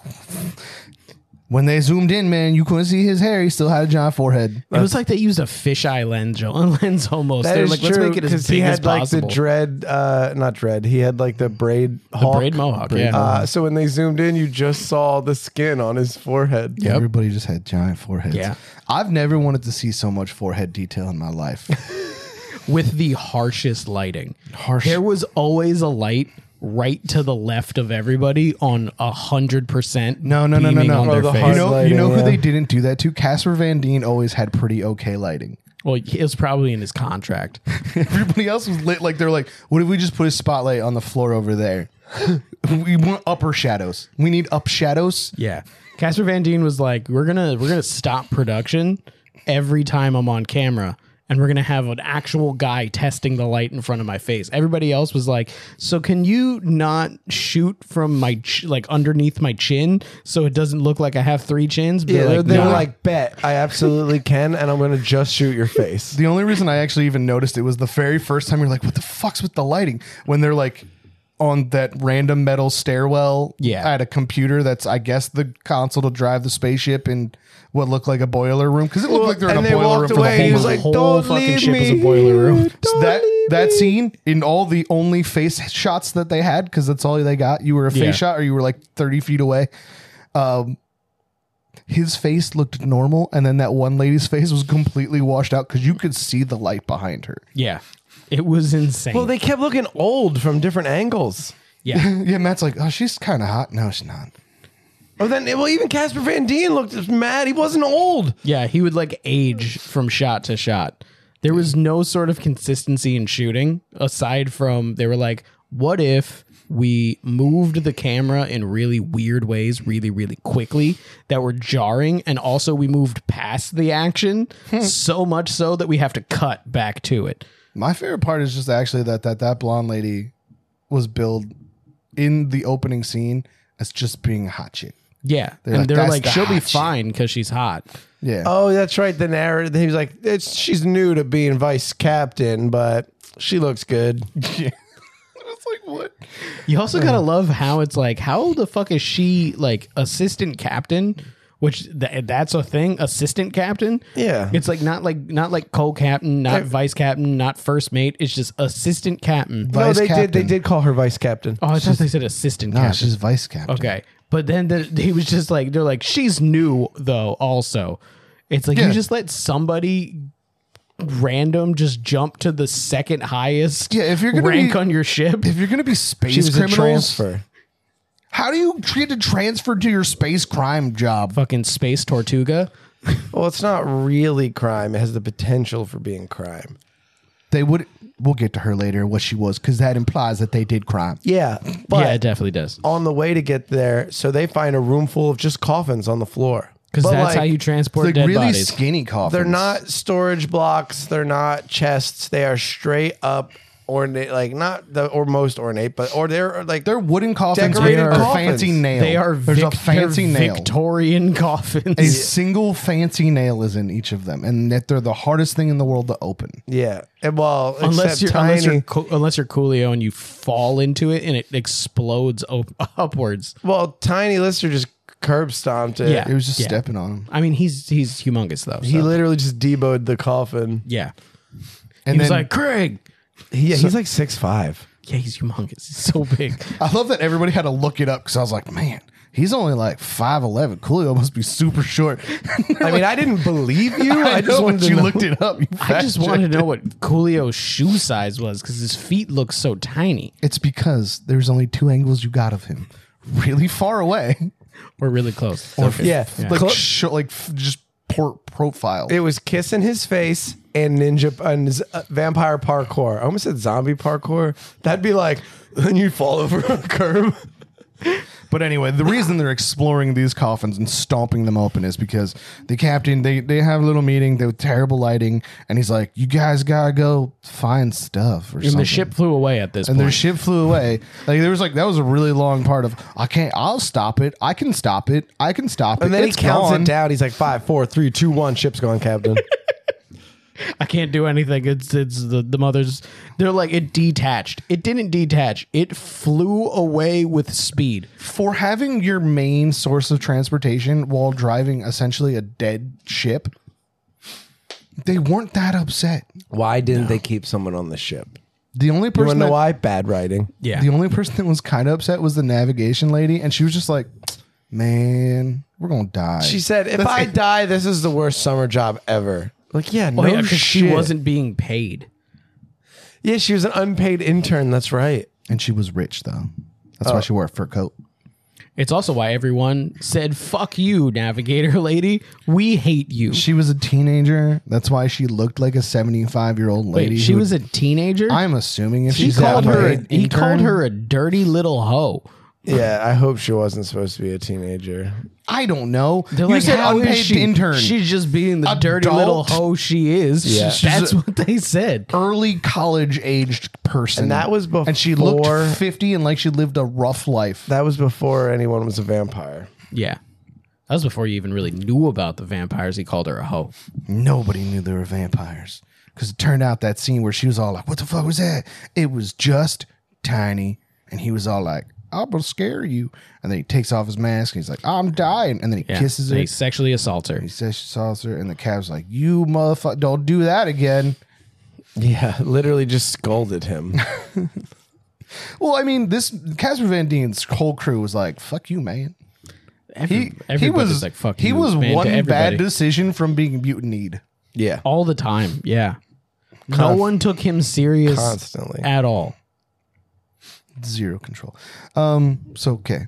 [SPEAKER 1] When they zoomed in, man, you couldn't see his hair. He still had a giant forehead.
[SPEAKER 3] it was like they used a fisheye lens, lens almost.
[SPEAKER 2] That
[SPEAKER 3] They're
[SPEAKER 2] is
[SPEAKER 3] like,
[SPEAKER 2] true.
[SPEAKER 3] let's make it as
[SPEAKER 2] 'cause
[SPEAKER 3] big
[SPEAKER 2] he had
[SPEAKER 3] as
[SPEAKER 2] like
[SPEAKER 3] possible.
[SPEAKER 2] the dread, uh, not dread. He had like the braid, hawk.
[SPEAKER 3] braid mohawk, yeah.
[SPEAKER 2] Uh, so when they zoomed in, you just saw the skin on his forehead.
[SPEAKER 3] Yep.
[SPEAKER 1] Everybody just had giant foreheads.
[SPEAKER 3] Yeah.
[SPEAKER 1] I've never wanted to see so much forehead detail in my life.
[SPEAKER 3] with the harshest lighting.
[SPEAKER 1] Harsh.
[SPEAKER 3] There was always a light right to the left of everybody on a hundred percent.
[SPEAKER 1] No, no, no, no,
[SPEAKER 3] beaming
[SPEAKER 1] no.
[SPEAKER 3] on
[SPEAKER 1] Oh,
[SPEAKER 3] their
[SPEAKER 2] the
[SPEAKER 3] face.
[SPEAKER 1] you
[SPEAKER 2] hard-
[SPEAKER 1] know, you
[SPEAKER 2] lighting,
[SPEAKER 1] know who
[SPEAKER 2] yeah.
[SPEAKER 1] they didn't do that to? Casper Van Dien always had pretty okay lighting.
[SPEAKER 3] well, it was probably in his contract.
[SPEAKER 1] Everybody else was lit. Like they're like, what if we just put a spotlight on the floor over there? we want upper shadows. We need up shadows.
[SPEAKER 3] yeah, Casper Van Dien was like, "We're gonna we're gonna stop production every time I'm on camera." And we're gonna have an actual guy testing the light in front of my face. Everybody else was like, "So can you not shoot from my ch- like underneath my chin so it doesn't look like I have three chins?" But
[SPEAKER 2] Yeah,
[SPEAKER 3] like,
[SPEAKER 2] they're, they're
[SPEAKER 3] "Nah."
[SPEAKER 2] like, bet I absolutely can, and I'm gonna just shoot your face.
[SPEAKER 1] The only reason I actually even noticed it was the very first time you're like, what the fuck's with the lighting? When they're like on that random metal stairwell
[SPEAKER 3] Yeah.
[SPEAKER 1] at a computer that's, I guess, the console to drive the spaceship in what looked like a boiler room. Because it looked like they're in
[SPEAKER 2] and
[SPEAKER 1] a
[SPEAKER 2] they
[SPEAKER 1] boiler room
[SPEAKER 2] walked
[SPEAKER 1] for the
[SPEAKER 2] away.
[SPEAKER 1] whole
[SPEAKER 2] He was
[SPEAKER 1] movie.
[SPEAKER 2] like,
[SPEAKER 3] whole
[SPEAKER 2] "Don't
[SPEAKER 3] fucking
[SPEAKER 2] leave
[SPEAKER 3] ship
[SPEAKER 2] me
[SPEAKER 3] is a boiler room."
[SPEAKER 2] here,
[SPEAKER 1] So
[SPEAKER 2] don't
[SPEAKER 1] that
[SPEAKER 2] leave
[SPEAKER 1] that
[SPEAKER 2] me."
[SPEAKER 1] scene in all the only face shots that they had because that's all they got. You were a face
[SPEAKER 3] Yeah.
[SPEAKER 1] shot, or you were like thirty feet away. Um, his face looked normal, and then that one lady's face was completely washed out because you could see the light behind her.
[SPEAKER 3] Yeah. It was insane.
[SPEAKER 2] Well, they kept looking old from different angles.
[SPEAKER 3] yeah.
[SPEAKER 1] Yeah, Matt's like, oh, she's kind of hot. No, she's not.
[SPEAKER 2] Oh, then well, even Casper Van Dien looked just mad. He wasn't old.
[SPEAKER 3] Yeah, he would like age from shot to shot. There was no sort of consistency in shooting aside from they were like, what if we moved the camera in really weird ways, really, really quickly that were jarring. And also, we moved past the action
[SPEAKER 1] Hmm.
[SPEAKER 3] so much so that we have to cut back to it.
[SPEAKER 1] My favorite part is just actually that that that blonde lady was billed in the opening scene as just being a hot chick.
[SPEAKER 3] Yeah.
[SPEAKER 1] They're
[SPEAKER 3] and
[SPEAKER 1] like,
[SPEAKER 3] they're
[SPEAKER 1] "That's
[SPEAKER 3] like,
[SPEAKER 1] the
[SPEAKER 3] she'll be
[SPEAKER 1] hot shit."
[SPEAKER 3] fine because she's hot.
[SPEAKER 1] Yeah.
[SPEAKER 2] Oh, that's right. The narrator. He was like, it's, she's new to being vice captain, but she looks good.
[SPEAKER 1] it's like what?
[SPEAKER 3] You also gotta love how it's like, how the fuck is she like assistant captain? Which th- that's a thing, assistant captain.
[SPEAKER 2] Yeah.
[SPEAKER 3] it's like not like not like co-captain, not vice captain, not first mate. It's just assistant captain.
[SPEAKER 2] no,
[SPEAKER 1] Vice
[SPEAKER 2] they did. They
[SPEAKER 1] captain.
[SPEAKER 2] did call her vice captain.
[SPEAKER 3] Oh, I thought they said assistant
[SPEAKER 1] Nah,
[SPEAKER 3] Ah, captain.
[SPEAKER 1] she's vice captain.
[SPEAKER 3] Okay, but then the, he was just like, they're like, she's new though. Also, it's like
[SPEAKER 1] Yeah.
[SPEAKER 3] you just let somebody random just jump to the second highest
[SPEAKER 1] Yeah, if you're gonna
[SPEAKER 3] rank
[SPEAKER 1] be-
[SPEAKER 3] on your ship.
[SPEAKER 1] If you're gonna be space
[SPEAKER 2] She was a
[SPEAKER 1] criminals,
[SPEAKER 2] transfer.
[SPEAKER 1] how do you get to transfer to your space crime job?
[SPEAKER 3] Fucking space Tortuga.
[SPEAKER 2] Well, it's not really crime. It has the potential for being crime.
[SPEAKER 1] They would. We'll get to her later. What she was, because that implies that they did crime.
[SPEAKER 2] Yeah, but
[SPEAKER 3] yeah, it definitely does.
[SPEAKER 2] on the way to get there, so they find a room full of just coffins on the floor.
[SPEAKER 3] Because
[SPEAKER 2] But,
[SPEAKER 3] that's
[SPEAKER 2] like,
[SPEAKER 3] how you transport
[SPEAKER 1] Like
[SPEAKER 3] dead
[SPEAKER 1] really
[SPEAKER 3] bodies.
[SPEAKER 1] skinny coffins.
[SPEAKER 2] They're not storage blocks. They're not chests. They are straight up ornate, like not the or most ornate, but or they're like
[SPEAKER 1] They're wooden coffins with
[SPEAKER 2] Decorated
[SPEAKER 1] a
[SPEAKER 2] coffins.
[SPEAKER 1] fancy nail.
[SPEAKER 3] they are
[SPEAKER 1] There's
[SPEAKER 3] vic-
[SPEAKER 1] a fancy
[SPEAKER 3] they're
[SPEAKER 1] nail.
[SPEAKER 3] Victorian coffins.
[SPEAKER 1] a single fancy nail is in each of them, and that they're the hardest thing in the world to open.
[SPEAKER 2] yeah. And well, unless
[SPEAKER 3] unless you're
[SPEAKER 2] tiny,
[SPEAKER 3] unless you're co- unless you're Coolio and you fall into it and it explodes op- upwards.
[SPEAKER 2] well, tiny lister just curb stomped it.
[SPEAKER 1] It
[SPEAKER 3] Yeah.
[SPEAKER 1] was just stepping on them,
[SPEAKER 3] I mean, he's he's humongous though.
[SPEAKER 2] He
[SPEAKER 3] so-
[SPEAKER 2] literally just deboed the coffin.
[SPEAKER 3] yeah.
[SPEAKER 1] and
[SPEAKER 3] he was
[SPEAKER 1] then
[SPEAKER 3] like Craig.
[SPEAKER 2] Yeah, he's like six five.
[SPEAKER 3] Yeah, he's humongous. He's so big.
[SPEAKER 1] I love that everybody had to look it up because I was like, man, he's only like five eleven. Coolio must be super short.
[SPEAKER 2] I mean, I didn't believe you.
[SPEAKER 1] I,
[SPEAKER 2] I, just
[SPEAKER 1] know,
[SPEAKER 2] wanted
[SPEAKER 1] but
[SPEAKER 2] to
[SPEAKER 1] you
[SPEAKER 2] know.
[SPEAKER 1] looked it up. you
[SPEAKER 3] I just
[SPEAKER 1] fact-checked
[SPEAKER 3] wanted to
[SPEAKER 1] it.
[SPEAKER 3] know what Coolio's shoe size was because his feet look so tiny.
[SPEAKER 1] It's because there's only two angles you got of him, really far away,
[SPEAKER 3] We're really close. Okay.
[SPEAKER 2] yeah.
[SPEAKER 1] like
[SPEAKER 2] Clo-
[SPEAKER 1] sh- like f- just port profile.
[SPEAKER 2] It was kissing his face and ninja and z- uh, vampire parkour. I almost said zombie parkour. That'd be like then you fall over a curb.
[SPEAKER 1] But anyway, the reason they're exploring these coffins and stomping them open is because the captain they they have a little meeting. They with terrible lighting, and he's like, "You guys gotta go find stuff or
[SPEAKER 3] And
[SPEAKER 1] something."
[SPEAKER 3] the ship flew away at this
[SPEAKER 1] and
[SPEAKER 3] point.
[SPEAKER 1] their ship flew away. Like there was like that was a really long part of I can't. I'll stop it. I can stop it. I can stop it.
[SPEAKER 2] And then
[SPEAKER 1] It's
[SPEAKER 2] he counts
[SPEAKER 1] gone."
[SPEAKER 2] it down. He's like five, four, three, two, one. Ship's gone, Captain.
[SPEAKER 3] I can't do anything. It's it's the, the mother's. They're like it detached. It didn't detach. It flew away with speed.
[SPEAKER 1] for having your main source of transportation while driving essentially a dead ship. They weren't that upset.
[SPEAKER 2] why didn't they keep someone on the ship?
[SPEAKER 1] The only
[SPEAKER 2] You want
[SPEAKER 1] person
[SPEAKER 2] to know
[SPEAKER 1] that
[SPEAKER 2] why? Bad writing.
[SPEAKER 3] Yeah.
[SPEAKER 1] The only person that was kind of upset was the navigation lady, and she was just like, "Man, we're gonna die."
[SPEAKER 2] She said, "If I die, this is the worst summer job ever." Like, yeah, no
[SPEAKER 3] oh yeah, because
[SPEAKER 2] shit.
[SPEAKER 3] she wasn't being paid.
[SPEAKER 2] Yeah, she was an unpaid intern. That's right.
[SPEAKER 1] and she was rich though. That's
[SPEAKER 3] Oh.
[SPEAKER 1] why she wore a fur coat.
[SPEAKER 3] It's also why everyone said "fuck you, navigator lady. We hate you."
[SPEAKER 1] She was a teenager. That's why she looked like a seventy-five-year-old
[SPEAKER 3] Wait,
[SPEAKER 1] lady.
[SPEAKER 3] she
[SPEAKER 1] who-
[SPEAKER 3] was a teenager.
[SPEAKER 1] I'm assuming if
[SPEAKER 3] he
[SPEAKER 1] she's
[SPEAKER 3] called
[SPEAKER 1] that
[SPEAKER 3] her.
[SPEAKER 1] way,
[SPEAKER 3] A, he
[SPEAKER 1] intern-
[SPEAKER 3] called her a dirty little hoe.
[SPEAKER 2] Yeah, I hope she wasn't supposed to be a teenager.
[SPEAKER 1] I don't know.
[SPEAKER 3] They're
[SPEAKER 1] you
[SPEAKER 3] like,
[SPEAKER 1] said
[SPEAKER 3] "How is
[SPEAKER 1] unpaid
[SPEAKER 3] she?
[SPEAKER 1] intern.
[SPEAKER 3] She's just being the dirty
[SPEAKER 1] Adult?
[SPEAKER 3] little hoe she is.
[SPEAKER 2] Yeah.
[SPEAKER 3] That's what they said.
[SPEAKER 1] early college-aged person,
[SPEAKER 2] And that was
[SPEAKER 1] And she looked
[SPEAKER 2] before-
[SPEAKER 1] fifty and like she lived a rough life.
[SPEAKER 2] That was before anyone was a vampire.
[SPEAKER 3] Yeah. That was before you even really knew about the vampires. He called her a hoe.
[SPEAKER 1] nobody knew they were vampires because it turned out that scene where she was all like, "What the fuck was that?" It was just Tiny, and he was all like, "I'm gonna scare you," and then he takes off his mask and he's like, "I'm dying," and then he
[SPEAKER 3] Yeah.
[SPEAKER 1] kisses her.
[SPEAKER 3] They sexually assault her.
[SPEAKER 1] He says she saw her, and the cat's like, "You motherfucker, don't do that again."
[SPEAKER 2] Yeah, literally just scolded him.
[SPEAKER 1] Well, I mean, this Casper Van Dien's whole crew was like, "Fuck you, man." He, he
[SPEAKER 3] everybody's
[SPEAKER 1] was
[SPEAKER 3] like, fuck
[SPEAKER 1] he
[SPEAKER 3] you,
[SPEAKER 1] was
[SPEAKER 3] man, to
[SPEAKER 1] one bad
[SPEAKER 3] everybody.
[SPEAKER 1] decision from being mutinied.
[SPEAKER 2] Yeah.
[SPEAKER 3] all the time. Yeah. no one took him serious
[SPEAKER 2] Constantly.
[SPEAKER 3] at all.
[SPEAKER 1] Zero control. Um, so okay.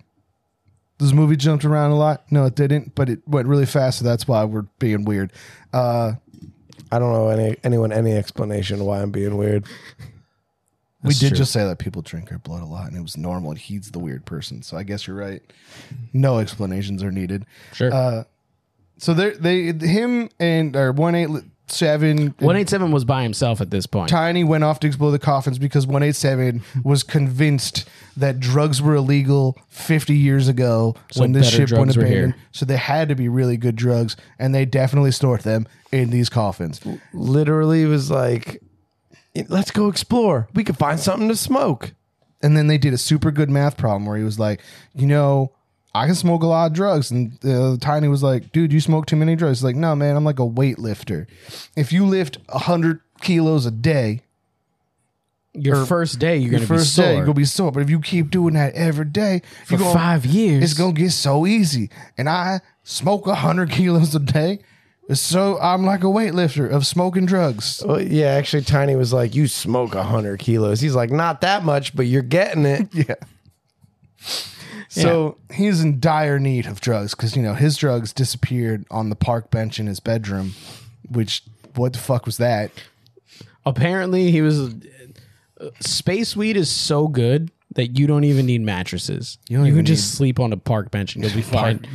[SPEAKER 1] This movie jumped around a lot. No, it didn't, but it went really fast, so that's why we're being weird. Uh,
[SPEAKER 2] I don't know any anyone any explanation why I'm being weird.
[SPEAKER 1] we did
[SPEAKER 3] true.
[SPEAKER 1] just say that people drink their blood a lot, and it was normal. And he's the weird person, so I guess you're right. No explanations are needed.
[SPEAKER 3] Sure.
[SPEAKER 1] Uh, So they they him and or one eight seven
[SPEAKER 3] 187 was by himself at this point.
[SPEAKER 1] Tiny went off to explore the coffins because 187 was convinced that drugs were illegal 50 years ago when this
[SPEAKER 3] better
[SPEAKER 1] ship went
[SPEAKER 3] drugs were here.
[SPEAKER 1] abandoned. So they had to be really good drugs, and they definitely stored them in these coffins.
[SPEAKER 2] Literally was like, let's go explore. We could find something to smoke.
[SPEAKER 1] And then they did a super good math problem where he was like, you know, I can smoke a lot of drugs. And uh, Tiny was like, dude, you smoke too many drugs. He's like, no, man, I'm like a weightlifter. If you lift 100 kilos a day,
[SPEAKER 3] Your first day, you're going to be
[SPEAKER 1] first
[SPEAKER 3] sore.
[SPEAKER 1] day, you're going to be sore. But if you keep doing that every day,
[SPEAKER 3] for
[SPEAKER 1] you're gonna-
[SPEAKER 3] five years.
[SPEAKER 1] it's gonna get so easy. And I smoke hundred kilos a day, so I'm like a weightlifter of smoking drugs.
[SPEAKER 2] Well, yeah, actually, Tiny was like, you smoke 100 kilos. He's like, not that much, but you're getting it.
[SPEAKER 1] Yeah. So he's in dire need of drugs because you know his drugs disappeared on the park bench in his bedroom, which what the fuck was that?
[SPEAKER 3] Apparently, he was. uh, space weed is so good that you don't even need mattresses. You,
[SPEAKER 1] don't even
[SPEAKER 3] can just sleep on a park bench and you'll be fine.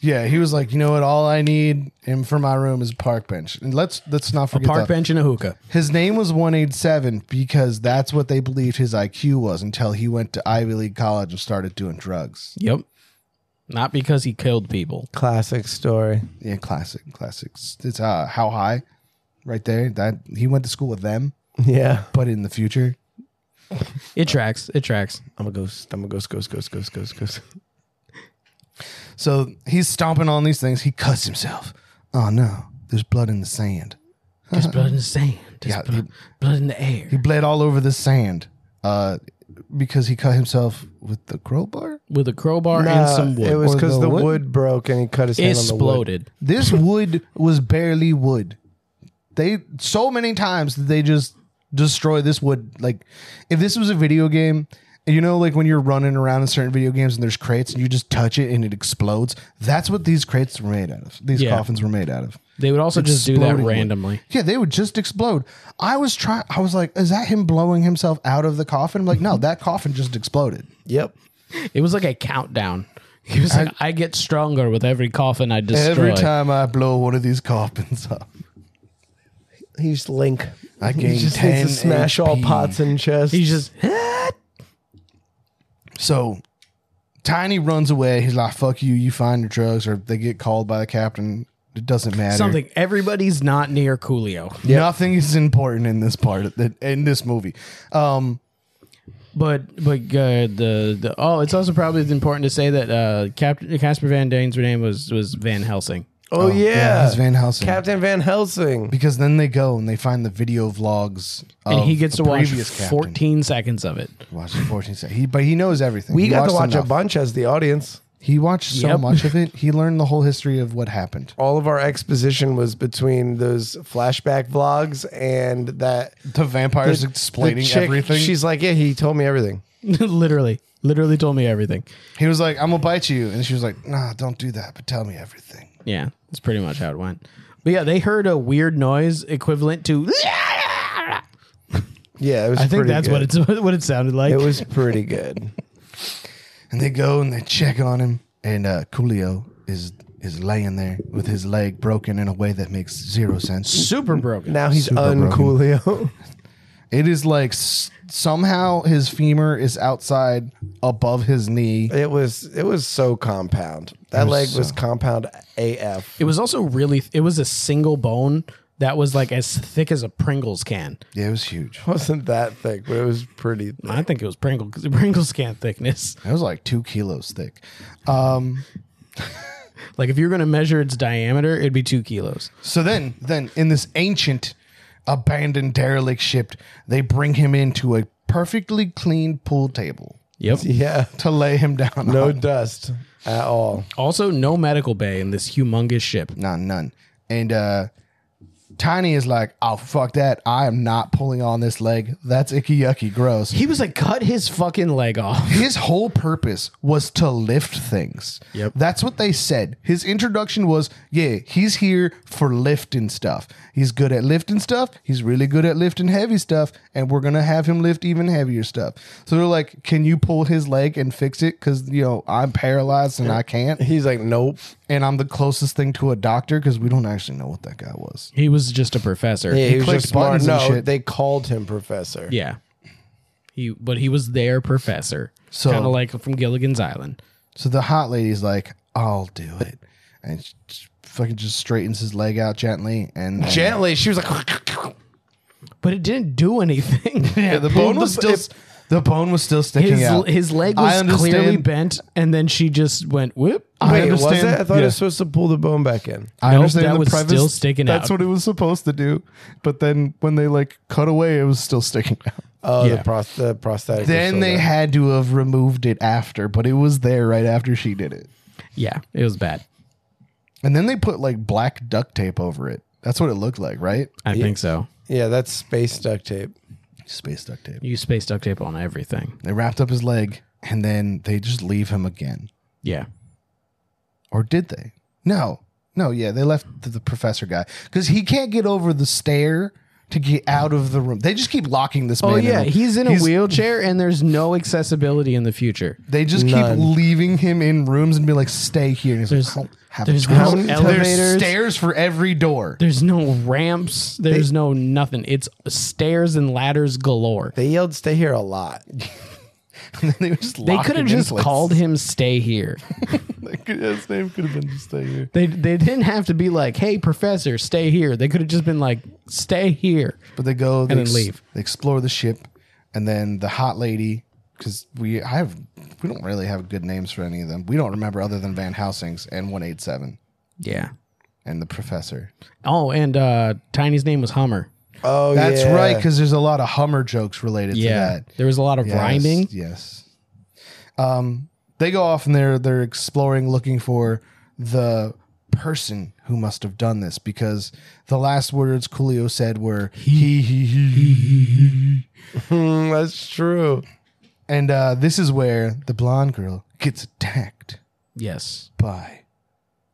[SPEAKER 1] Yeah, he was like, you know what? All I need and for my room is a park bench. And let's let's not forget
[SPEAKER 3] Park
[SPEAKER 1] that.
[SPEAKER 3] bench and a hookah.
[SPEAKER 1] His name was 187 because that's what they believed his IQ was until he went to Ivy League college and started doing drugs.
[SPEAKER 3] Yep. Not because he killed people.
[SPEAKER 2] Classic story.
[SPEAKER 1] Yeah, classic, classics. It's uh, how high, right there. That he went to school with them,
[SPEAKER 2] Yeah.
[SPEAKER 1] but in the future,
[SPEAKER 3] It tracks. It tracks.
[SPEAKER 2] I'm a ghost. I'm a ghost, ghost, ghost, ghost, ghost, ghost.
[SPEAKER 1] so he's stomping on these things. He cuts himself. Oh no, there's blood in the sand.
[SPEAKER 3] There's blood in the sand. There's
[SPEAKER 1] Yeah,
[SPEAKER 3] blood, blood in the air.
[SPEAKER 1] He bled all over the sand, uh, because he cut himself with the crowbar.
[SPEAKER 3] With a crowbar
[SPEAKER 2] Nah,
[SPEAKER 3] and some wood.
[SPEAKER 2] It was
[SPEAKER 1] Or
[SPEAKER 2] because
[SPEAKER 1] the
[SPEAKER 2] the,
[SPEAKER 1] wood?
[SPEAKER 2] wood? broke and he cut his hand on the wood.
[SPEAKER 3] exploded.
[SPEAKER 1] This wood was barely wood. They so many times did they just destroy this wood. Like if this was a video game, you know, like when you're running around in certain video games and there's crates and you just touch it and it explodes. That's what these crates were made out of. These
[SPEAKER 3] Yeah.
[SPEAKER 1] coffins were made out of.
[SPEAKER 3] They would also just do that
[SPEAKER 1] Exploding wood.
[SPEAKER 3] randomly.
[SPEAKER 1] Yeah, they would just explode. I was trying. I was like, "Is that him blowing himself out of the coffin?" I'm like, no, that coffin just exploded.
[SPEAKER 2] Yep.
[SPEAKER 3] It was like a countdown. He was like, I get stronger with every coffin I destroy.
[SPEAKER 1] Every time I blow one of these coffins up,
[SPEAKER 2] He's Link.
[SPEAKER 1] I
[SPEAKER 2] He
[SPEAKER 1] gain
[SPEAKER 2] just
[SPEAKER 1] ten.
[SPEAKER 2] needs to smash all
[SPEAKER 1] HP.
[SPEAKER 2] pots and chests.
[SPEAKER 3] He's just,
[SPEAKER 1] So Tiny runs away. He's like, fuck you. You find your drugs, or they get called by the captain. It doesn't matter.
[SPEAKER 3] something. Everybody's not near Coolio.
[SPEAKER 1] Nothing is important in this part of the, in this movie. Um,
[SPEAKER 3] But but uh, the the oh, it's also probably important to say that uh, Captain Casper Van Dane's name was was Van Helsing.
[SPEAKER 2] oh, yeah.
[SPEAKER 1] he's Van Helsing.
[SPEAKER 2] Captain Van Helsing.
[SPEAKER 1] because then they go and they find the video vlogs, of
[SPEAKER 3] And he gets
[SPEAKER 1] the
[SPEAKER 3] to watch
[SPEAKER 1] Oh, previous captain.
[SPEAKER 3] 14 seconds of it.
[SPEAKER 1] Watch the fourteen. sec- He but he knows everything.
[SPEAKER 2] We
[SPEAKER 1] He
[SPEAKER 2] got to
[SPEAKER 1] watched
[SPEAKER 2] watch
[SPEAKER 1] enough.
[SPEAKER 2] a bunch as the audience.
[SPEAKER 1] He watched so
[SPEAKER 3] Yep.
[SPEAKER 1] much of it. He learned the whole history of what happened.
[SPEAKER 2] All of our exposition was between those flashback vlogs and that.
[SPEAKER 1] The vampires explaining
[SPEAKER 2] the chick-
[SPEAKER 1] everything.
[SPEAKER 2] She's like, yeah, he told me everything.
[SPEAKER 3] literally, literally told me everything.
[SPEAKER 1] he was like, "I'm gonna bite you," and she was like, "Nah, don't do that. But tell me everything."
[SPEAKER 3] Yeah, that's pretty much how it went. But yeah, they heard a weird noise equivalent to.
[SPEAKER 2] Yeah, it was.
[SPEAKER 3] I think
[SPEAKER 2] pretty
[SPEAKER 3] that's
[SPEAKER 2] good.
[SPEAKER 3] what it's what it sounded like.
[SPEAKER 2] It was pretty good.
[SPEAKER 1] and they go and they check on him and uh coolio is is laying there with his leg broken in a way that makes zero sense
[SPEAKER 3] super broken.
[SPEAKER 2] Now he's
[SPEAKER 1] Super broken.
[SPEAKER 2] uncoolio.
[SPEAKER 1] it is like s- somehow his femur is outside above his knee
[SPEAKER 2] it was. It was so compound. That
[SPEAKER 1] was
[SPEAKER 2] leg was
[SPEAKER 1] so-
[SPEAKER 2] compound AF.
[SPEAKER 3] It was also really. It was a single bone that was like as thick as a Pringles can.
[SPEAKER 1] yeah it was huge
[SPEAKER 2] It wasn't that thick, but it was pretty.
[SPEAKER 3] I think it was Pringle Pringles can thickness.
[SPEAKER 1] it was like two kilos thick um
[SPEAKER 3] Like if you're gonna measure its diameter, it'd be two kilos.
[SPEAKER 1] so then then in this ancient abandoned derelict ship they bring him into a perfectly clean pool table
[SPEAKER 3] Yep.
[SPEAKER 2] Yeah,
[SPEAKER 1] to lay him down
[SPEAKER 2] no
[SPEAKER 1] on.
[SPEAKER 2] dust. at all.
[SPEAKER 3] Also, no medical bay in this humongous ship.
[SPEAKER 1] Nah, none. And uh Tiny is like, oh fuck that. I am not pulling on this leg. That's icky yucky gross.
[SPEAKER 3] He was like, cut his fucking leg off.
[SPEAKER 1] His whole purpose was to lift things.
[SPEAKER 3] Yep.
[SPEAKER 1] That's what they said. His introduction was, yeah, he's here for lifting stuff. He's good at lifting stuff. He's really good at lifting heavy stuff, and we're gonna have him lift even heavier stuff. So they're like, can you pull his leg and fix it? Because you know I'm paralyzed and I can't,
[SPEAKER 2] He's like, nope.
[SPEAKER 1] and I'm the closest thing to a doctor because we don't actually know what that guy was.
[SPEAKER 3] He was just a professor.
[SPEAKER 2] Yeah, he, was
[SPEAKER 1] clicked
[SPEAKER 2] just smart.
[SPEAKER 1] buttons and
[SPEAKER 2] No,
[SPEAKER 1] shit.
[SPEAKER 2] they called him professor.
[SPEAKER 3] Yeah. He but he was their professor.
[SPEAKER 1] So-
[SPEAKER 3] kind of like from Gilligan's Island.
[SPEAKER 1] So the hot lady's like, I'll do it, and she just fucking just straightens his leg out gently and. and
[SPEAKER 2] Gently, she was like,
[SPEAKER 3] But it didn't do anything.
[SPEAKER 1] Yeah, the bone was still
[SPEAKER 3] His,
[SPEAKER 1] the bone was still sticking out.
[SPEAKER 3] his leg
[SPEAKER 1] I
[SPEAKER 3] was
[SPEAKER 1] understand-
[SPEAKER 3] clearly bent, and then she just went whoop.
[SPEAKER 1] I
[SPEAKER 2] Wait, was it?
[SPEAKER 1] understand-
[SPEAKER 2] I thought it
[SPEAKER 1] yeah.
[SPEAKER 2] was supposed to pull the bone back in.
[SPEAKER 1] I
[SPEAKER 3] Nope,
[SPEAKER 1] understand
[SPEAKER 3] that
[SPEAKER 1] the
[SPEAKER 3] was
[SPEAKER 1] premise.
[SPEAKER 3] still sticking
[SPEAKER 1] That's
[SPEAKER 3] out.
[SPEAKER 1] what it was supposed to do, but then when they like cut away, it was still sticking out.
[SPEAKER 2] Oh,
[SPEAKER 3] Yeah.
[SPEAKER 2] the, pros- the prosthetic. was
[SPEAKER 1] Then
[SPEAKER 2] still
[SPEAKER 1] they
[SPEAKER 2] there.
[SPEAKER 1] had to have removed it after, but it was there right after she did it.
[SPEAKER 3] Yeah, it was bad.
[SPEAKER 1] And then they put like black duct tape over it. That's what it looked like, right?
[SPEAKER 3] I think so.
[SPEAKER 2] Yeah, that's space duct tape.
[SPEAKER 1] Space duct tape.
[SPEAKER 3] You space duct tape on everything.
[SPEAKER 1] They wrapped up his leg, and then they just leave him again.
[SPEAKER 3] Yeah.
[SPEAKER 1] Or did they? No. No, yeah, they left the, the professor guy because he can't get over the stair to get out of the room. They just keep locking this man.
[SPEAKER 3] Oh
[SPEAKER 1] in
[SPEAKER 3] yeah,
[SPEAKER 1] a-
[SPEAKER 3] he's in a wheelchair, and there's no accessibility in the future.
[SPEAKER 1] They just
[SPEAKER 2] None.
[SPEAKER 1] keep leaving him in rooms and be like, "Stay here." And he's
[SPEAKER 3] There's-
[SPEAKER 1] like, "I don't have
[SPEAKER 3] there's
[SPEAKER 1] a choice."
[SPEAKER 3] no
[SPEAKER 1] There's
[SPEAKER 3] elevators.
[SPEAKER 1] stairs for every door.
[SPEAKER 3] There's no ramps. There's no nothing. It's stairs and ladders galore.
[SPEAKER 2] They yelled, "Stay here!" a lot.
[SPEAKER 1] And they would just
[SPEAKER 3] They
[SPEAKER 1] lock
[SPEAKER 3] could
[SPEAKER 1] him
[SPEAKER 3] have
[SPEAKER 1] in
[SPEAKER 3] just
[SPEAKER 1] place.
[SPEAKER 3] called him "Stay Here."
[SPEAKER 1] They could- His name could have been just "Stay here."
[SPEAKER 3] They they didn't have to be like, "Hey, professor, stay here." They could have just been like, "Stay here."
[SPEAKER 1] But they go they
[SPEAKER 3] then
[SPEAKER 1] ex-
[SPEAKER 3] leave.
[SPEAKER 1] They explore the ship, and then the hot lady. Because we I have we don't really have good names for any of them. We don't remember other than Van Housings and one eight seven
[SPEAKER 3] Yeah.
[SPEAKER 1] and the professor.
[SPEAKER 3] Oh, and uh Tiny's name was Hummer.
[SPEAKER 2] Oh,
[SPEAKER 1] That's
[SPEAKER 2] yeah.
[SPEAKER 1] right, because there's a lot of Hummer jokes related to that.
[SPEAKER 3] There was a lot of
[SPEAKER 1] Yes,
[SPEAKER 3] rhyming.
[SPEAKER 1] Yes. Um, they go off and they're they're exploring, looking for the person who must have done this because the last words Coolio said were he he he.
[SPEAKER 2] Mm, that's true.
[SPEAKER 1] and uh, this is where the blonde girl gets attacked
[SPEAKER 3] Yes.
[SPEAKER 1] by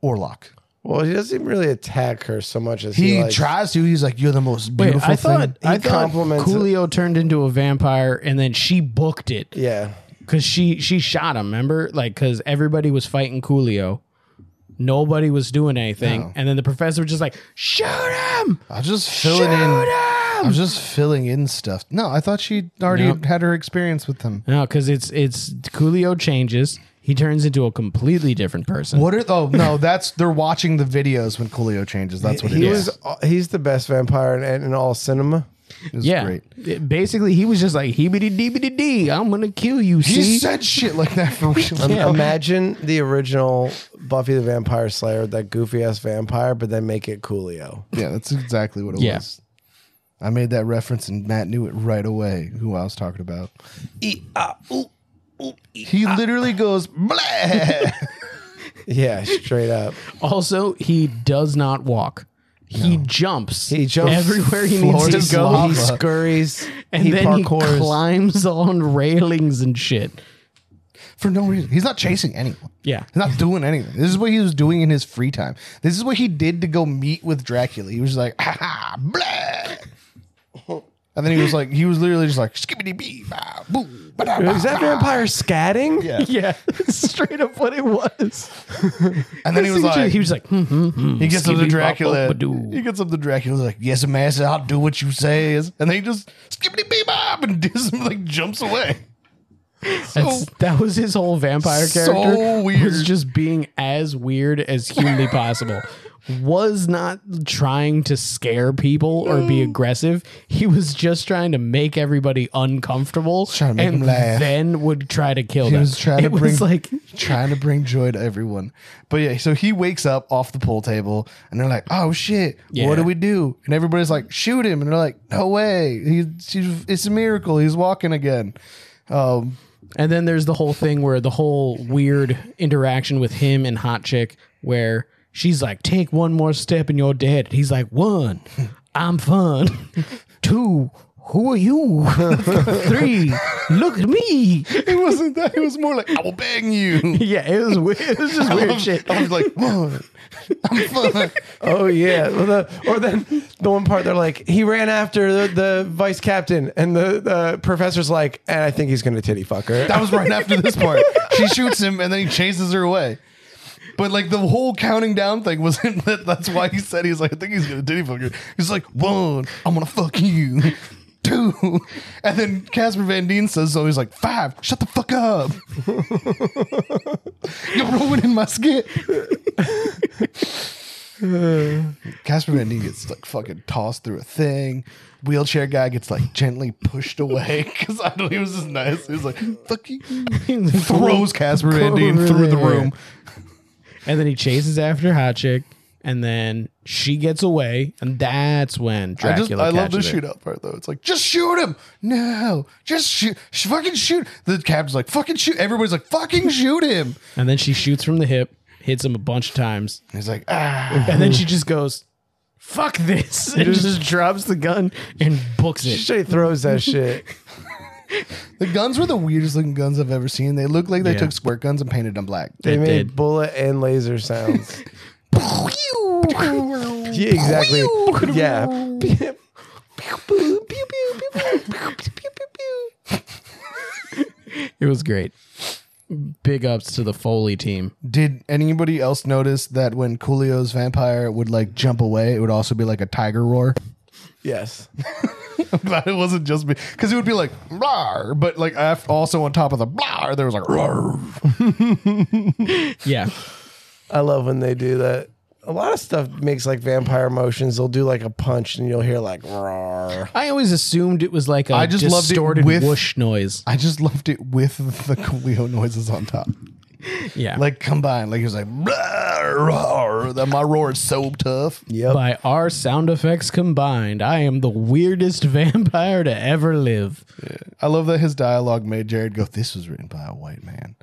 [SPEAKER 1] Orlok.
[SPEAKER 2] Well, he doesn't really attack her so much as he,
[SPEAKER 1] He
[SPEAKER 2] like,
[SPEAKER 1] tries to. He's like, "You're the most beautiful
[SPEAKER 3] Wait, I thought
[SPEAKER 1] thing."
[SPEAKER 3] I
[SPEAKER 2] He
[SPEAKER 3] thought
[SPEAKER 2] compliments it.
[SPEAKER 3] Coolio turned into a vampire and then she booked it
[SPEAKER 2] Yeah,
[SPEAKER 3] cuz she she shot him, remember? Like cuz everybody was fighting Coolio. Nobody was doing anything. And then the professor was just like, "Shoot him!
[SPEAKER 1] I'm just filling in.
[SPEAKER 3] Shoot
[SPEAKER 1] I'm just filling in stuff. No, I thought she already
[SPEAKER 3] Nope.
[SPEAKER 1] had her experience with them.
[SPEAKER 3] No, cuz it's it's Coolio changes. He turns into a completely different person.
[SPEAKER 1] What are? Oh no, that's they're watching the videos when Coolio changes. That's what it
[SPEAKER 2] he
[SPEAKER 1] is.
[SPEAKER 2] was. He's the best vampire in, in all cinema.
[SPEAKER 1] It was
[SPEAKER 3] yeah.
[SPEAKER 1] great.
[SPEAKER 3] It- basically, he was just like, heebity deebity dee, I'm going to kill you.
[SPEAKER 1] He
[SPEAKER 3] See?
[SPEAKER 1] said shit like that for real.
[SPEAKER 2] Um, Imagine the original Buffy the Vampire Slayer, with that goofy ass vampire, but then make it Coolio.
[SPEAKER 1] yeah, that's exactly what it
[SPEAKER 3] Yeah.
[SPEAKER 1] was. I made that reference and Matt knew it right away who I was talking about.
[SPEAKER 2] E,
[SPEAKER 1] He literally goes blah.
[SPEAKER 2] Yeah, straight up.
[SPEAKER 3] also, he does not walk. He jumps.
[SPEAKER 2] He jumps
[SPEAKER 3] everywhere he
[SPEAKER 1] floor
[SPEAKER 3] needs
[SPEAKER 1] is
[SPEAKER 3] to go.
[SPEAKER 1] lava.
[SPEAKER 2] He scurries.
[SPEAKER 3] And
[SPEAKER 2] he
[SPEAKER 3] then he
[SPEAKER 2] parkours.
[SPEAKER 3] climbs on railings and shit.
[SPEAKER 1] for no reason. He's not chasing anyone.
[SPEAKER 3] Yeah.
[SPEAKER 1] He's not doing anything. This is what he was doing in his free time. This is what he did to go meet with Dracula. He was just like, ha ha, blah. And then he was like, he was literally just like, skibbity bee, bah, boo, ba da, ba,
[SPEAKER 2] Is that
[SPEAKER 1] ba.
[SPEAKER 2] vampire scatting?
[SPEAKER 1] Yeah.
[SPEAKER 3] Yeah, straight up what it was.
[SPEAKER 1] And then he was like,
[SPEAKER 3] he was like, hmm, hmm, hmm,
[SPEAKER 1] He gets up to
[SPEAKER 3] skibbity-bop,
[SPEAKER 1] Dracula.
[SPEAKER 3] bop-a-doo.
[SPEAKER 1] He gets up to Dracula. He's like, "Yes, master, I'll do what you says." And then he just skippity bee bop and dis- like jumps away.
[SPEAKER 3] That's- that was his whole vampire
[SPEAKER 1] So
[SPEAKER 3] character. Was
[SPEAKER 1] weird.
[SPEAKER 3] just being as weird as humanly possible. Was not trying to scare people or be aggressive. He was just trying to make everybody uncomfortable
[SPEAKER 1] trying to make
[SPEAKER 3] and
[SPEAKER 1] them laugh.
[SPEAKER 3] then would try to kill them.
[SPEAKER 1] He was trying to
[SPEAKER 3] it
[SPEAKER 1] bring
[SPEAKER 3] was like
[SPEAKER 1] trying to bring joy to everyone. But yeah, so he wakes up off the pool table and they're like, "Oh shit,
[SPEAKER 3] Yeah.
[SPEAKER 1] what do we do?" And everybody's like, "Shoot him!" And they're like, "No way, he, he's- it's a miracle. He's walking again." Um,
[SPEAKER 3] And then there's the whole thing where the whole weird interaction with him and Hot Chick, where she's like, take one more step and you're dead. And he's like, one, I'm fun. Two, who are you? Three, look at me.
[SPEAKER 1] It wasn't that. It was more like I will bang you.
[SPEAKER 3] Yeah, it was weird. It was just
[SPEAKER 1] I
[SPEAKER 3] weird
[SPEAKER 1] was-
[SPEAKER 3] shit.
[SPEAKER 1] I was like, "Whoa, I'm fun.
[SPEAKER 2] Oh yeah. Well, the- or then the one part they're like, he ran after the, the vice captain, and the, the professor's like, and I think he's gonna titty fuck her.
[SPEAKER 1] That was right after this part. She shoots him and then he chases her away. But like the whole counting down thing wasn't that. That's why he said he's like, I think he's gonna titty fuck her. He's like, one, I'm gonna fuck you. Two, and then Casper Van Dien says so. He's like, five, shut the fuck up. You're ruining my skit. Casper Van Dien gets like fucking tossed through a thing. Wheelchair guy gets like gently pushed away because I know he was just nice. He was like, fuck you. Throws Casper Van Dien
[SPEAKER 3] over
[SPEAKER 1] through the
[SPEAKER 3] there.
[SPEAKER 1] room.
[SPEAKER 3] And then he chases after Hot Chick, and then she gets away, and that's when
[SPEAKER 1] I
[SPEAKER 3] Dracula
[SPEAKER 1] just I love the
[SPEAKER 3] catches her.
[SPEAKER 1] shootout part though. It's like just shoot him. No, just shoot. Sh- fucking shoot. The captain's like fucking shoot. Everybody's like fucking shoot him.
[SPEAKER 3] And then she shoots from the hip, hits him a bunch of times,
[SPEAKER 1] And he's like ah.
[SPEAKER 3] and then she just goes, "Fuck this!" and just drops the gun and books it.
[SPEAKER 2] Straight throws that shit.
[SPEAKER 1] The guns were the weirdest looking guns I've ever seen. They look like they
[SPEAKER 3] Yeah.
[SPEAKER 1] took squirt guns and painted them black.
[SPEAKER 2] They
[SPEAKER 3] It
[SPEAKER 2] made
[SPEAKER 3] did.
[SPEAKER 2] bullet and laser sounds. yeah, exactly. yeah.
[SPEAKER 3] It was great. Big ups to the Foley team.
[SPEAKER 1] Did anybody else notice that when Coolio's vampire would like jump away, it would also be like a tiger roar?
[SPEAKER 2] yes.
[SPEAKER 1] I'm glad it wasn't just me because it would be like rawr, but like af- also on top of the blah, there was like rawr.
[SPEAKER 3] Yeah,
[SPEAKER 2] I love when they do that. A lot of stuff makes like vampire motions. They'll do like a punch and you'll hear like roar.
[SPEAKER 3] I always assumed it was like a
[SPEAKER 1] I just loved it
[SPEAKER 3] distorted
[SPEAKER 1] with-
[SPEAKER 3] whoosh noise.
[SPEAKER 1] I just loved it with the Coolio noises on top.
[SPEAKER 3] Yeah,
[SPEAKER 1] like combined. Like he was like, "Rawr, rawr." that my roar is so tough.
[SPEAKER 2] Yep.
[SPEAKER 3] By our sound effects combined, I am the weirdest vampire to ever live.
[SPEAKER 1] I love that his dialogue made Jared go, "This was written by a white man,"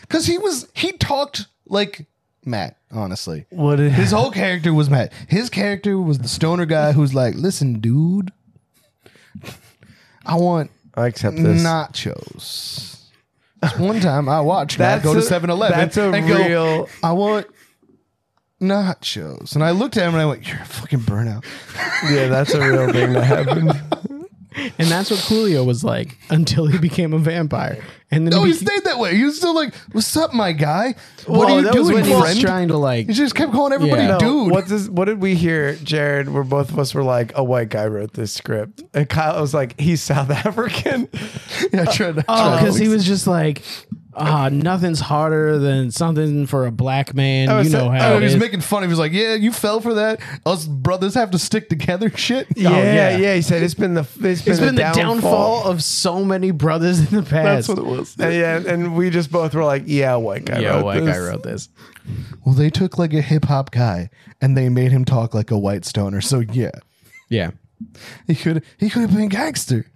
[SPEAKER 1] because he was he talked like Matt. Honestly,
[SPEAKER 2] What did
[SPEAKER 1] his whole character was Matt. His character was the stoner guy who's like, "Listen, dude, I want
[SPEAKER 2] I accept this.
[SPEAKER 1] nachos." This One time I watched Matt go
[SPEAKER 2] That's
[SPEAKER 1] to
[SPEAKER 2] a-
[SPEAKER 1] 7 Eleven.
[SPEAKER 2] that's a real-
[SPEAKER 1] I want nachos. And I looked at him and I went, You're a fucking burnout.
[SPEAKER 2] Yeah, that's a real thing that happened.
[SPEAKER 3] And that's what Coolio was like until he became a vampire. And then
[SPEAKER 1] No,
[SPEAKER 3] he
[SPEAKER 1] he
[SPEAKER 3] beca-
[SPEAKER 1] stayed that way. He was still like, "What's up, my guy? What
[SPEAKER 2] Well,
[SPEAKER 1] are you
[SPEAKER 2] that was
[SPEAKER 1] doing,
[SPEAKER 2] when
[SPEAKER 3] he was
[SPEAKER 1] friend?"
[SPEAKER 3] trying to like
[SPEAKER 1] he just kept calling everybody
[SPEAKER 3] Yeah. No,
[SPEAKER 1] dude.
[SPEAKER 2] What's this, what did we hear, Jared? Where both of us were like, a white guy wrote this script. And Kyle was like, he's South African.
[SPEAKER 1] yeah, I tried to-
[SPEAKER 3] Oh, because he was just like, ah, nothing's harder than something for a black man.
[SPEAKER 2] was
[SPEAKER 3] you know
[SPEAKER 2] so-
[SPEAKER 3] how
[SPEAKER 1] Oh,
[SPEAKER 3] it
[SPEAKER 1] he was
[SPEAKER 3] is.
[SPEAKER 1] making fun. He was like, "Yeah, you fell for that. Us brothers have to stick together." Shit.
[SPEAKER 2] Yeah,
[SPEAKER 3] yeah.
[SPEAKER 2] yeah, He said it's been the it's been,
[SPEAKER 3] it's been the downfall.
[SPEAKER 2] downfall.
[SPEAKER 3] of so many brothers in the past.
[SPEAKER 1] was.
[SPEAKER 2] And, yeah, and we just both were like, yeah, white guy.
[SPEAKER 3] yeah,
[SPEAKER 2] wrote
[SPEAKER 3] white guy
[SPEAKER 2] this.
[SPEAKER 3] wrote this.
[SPEAKER 1] Well, they took like a hip hop guy and they made him talk like a white stoner. So yeah,
[SPEAKER 3] Yeah.
[SPEAKER 1] he could he could have been gangster.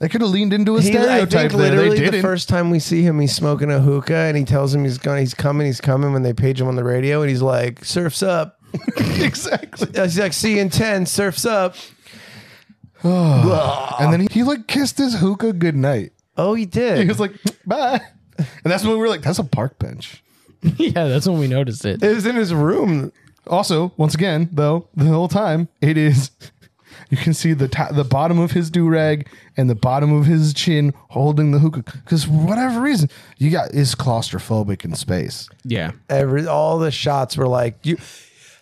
[SPEAKER 1] They could have leaned into a
[SPEAKER 2] He, I
[SPEAKER 1] stereotype
[SPEAKER 2] think
[SPEAKER 1] there. They
[SPEAKER 2] literally the
[SPEAKER 1] didn't.
[SPEAKER 2] first time we see him, he's smoking a hookah, and he tells him he's going, he's coming, he's coming. When they page him on the radio, and he's like, "Surfs up."
[SPEAKER 1] exactly.
[SPEAKER 2] He's like, "See you in ten, surfs up."
[SPEAKER 1] And then he, he like kissed his hookah goodnight.
[SPEAKER 2] Oh, he
[SPEAKER 1] Uh, He
[SPEAKER 2] did.
[SPEAKER 1] was like, "Bye." And that's when we were like, "That's a park bench."
[SPEAKER 3] Yeah, that's when we noticed it.
[SPEAKER 2] it was in his room.
[SPEAKER 1] Also, once again, though, the whole time it is you can see the to the bottom of his do rag and the bottom of his chin holding the hookah because for whatever reason you got is claustrophobic in space.
[SPEAKER 3] Yeah.
[SPEAKER 2] Every all the shots were like, "You,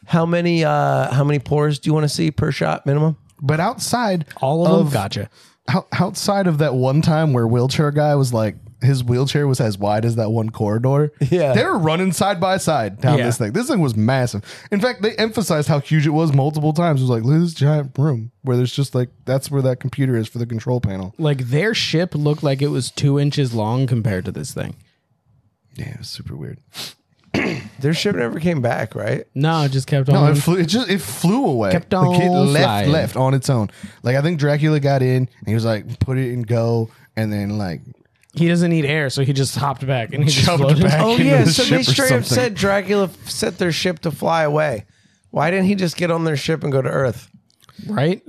[SPEAKER 2] how many, uh how many pores do you want to see per shot minimum?"
[SPEAKER 1] But outside,
[SPEAKER 3] All of, them gotcha.
[SPEAKER 1] out, outside of that one time where wheelchair guy was like his wheelchair was as wide as that one corridor.
[SPEAKER 2] Yeah.
[SPEAKER 1] they were running side by side down
[SPEAKER 3] Yeah.
[SPEAKER 1] this thing. This thing was massive. In fact, they emphasized how huge it was multiple times. It was like look at this giant room where there's just like that's where that computer is for the control panel.
[SPEAKER 3] Like their ship looked like it was two inches long compared to this thing.
[SPEAKER 1] Yeah, it was super weird.
[SPEAKER 2] Their ship never came back, right?
[SPEAKER 3] No, it just kept
[SPEAKER 1] No,
[SPEAKER 3] on.
[SPEAKER 1] it flew. It just it flew away.
[SPEAKER 3] Kept
[SPEAKER 1] like it
[SPEAKER 3] on
[SPEAKER 1] left,
[SPEAKER 3] flying.
[SPEAKER 1] left on its own. Like I think Dracula got in and he was like, put it in go, and then like
[SPEAKER 3] he doesn't need air, so he just hopped back and he just
[SPEAKER 1] Jumped
[SPEAKER 3] floated.
[SPEAKER 1] back.
[SPEAKER 3] Oh,
[SPEAKER 2] Oh
[SPEAKER 1] into
[SPEAKER 2] yeah,
[SPEAKER 1] the
[SPEAKER 2] so they
[SPEAKER 1] ship or
[SPEAKER 2] straight
[SPEAKER 1] something.
[SPEAKER 2] up said Dracula f- set their ship to fly away. Why didn't he just get on their ship and go to Earth?
[SPEAKER 3] right?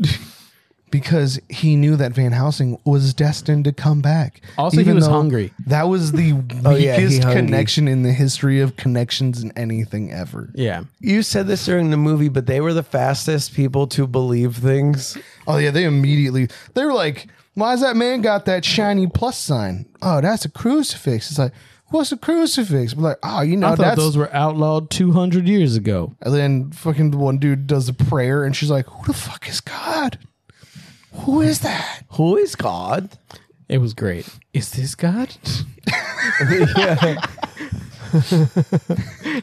[SPEAKER 1] because he knew that Van Helsing was destined to come back.
[SPEAKER 3] Also, he was
[SPEAKER 1] though
[SPEAKER 3] hungry. Oh,
[SPEAKER 1] That was the
[SPEAKER 2] yeah, he
[SPEAKER 1] weakest
[SPEAKER 2] hungry.
[SPEAKER 1] connection in the history of connections in anything ever.
[SPEAKER 3] Yeah.
[SPEAKER 2] You said this during the movie, but they were the fastest people to believe things.
[SPEAKER 1] Oh yeah, they immediately they were like, "Why's that man got that shiny plus sign? Oh, that's a crucifix." It's like, "What's a crucifix?" We're like, "Oh, you
[SPEAKER 3] I
[SPEAKER 1] know,
[SPEAKER 3] thought
[SPEAKER 1] that's."
[SPEAKER 3] those were outlawed 200 years ago.
[SPEAKER 1] and then fucking the one dude does a prayer, and she's like, "Who the fuck is God? Who is that?"
[SPEAKER 2] Who is God?
[SPEAKER 3] It was great. Is this God?
[SPEAKER 2] yeah.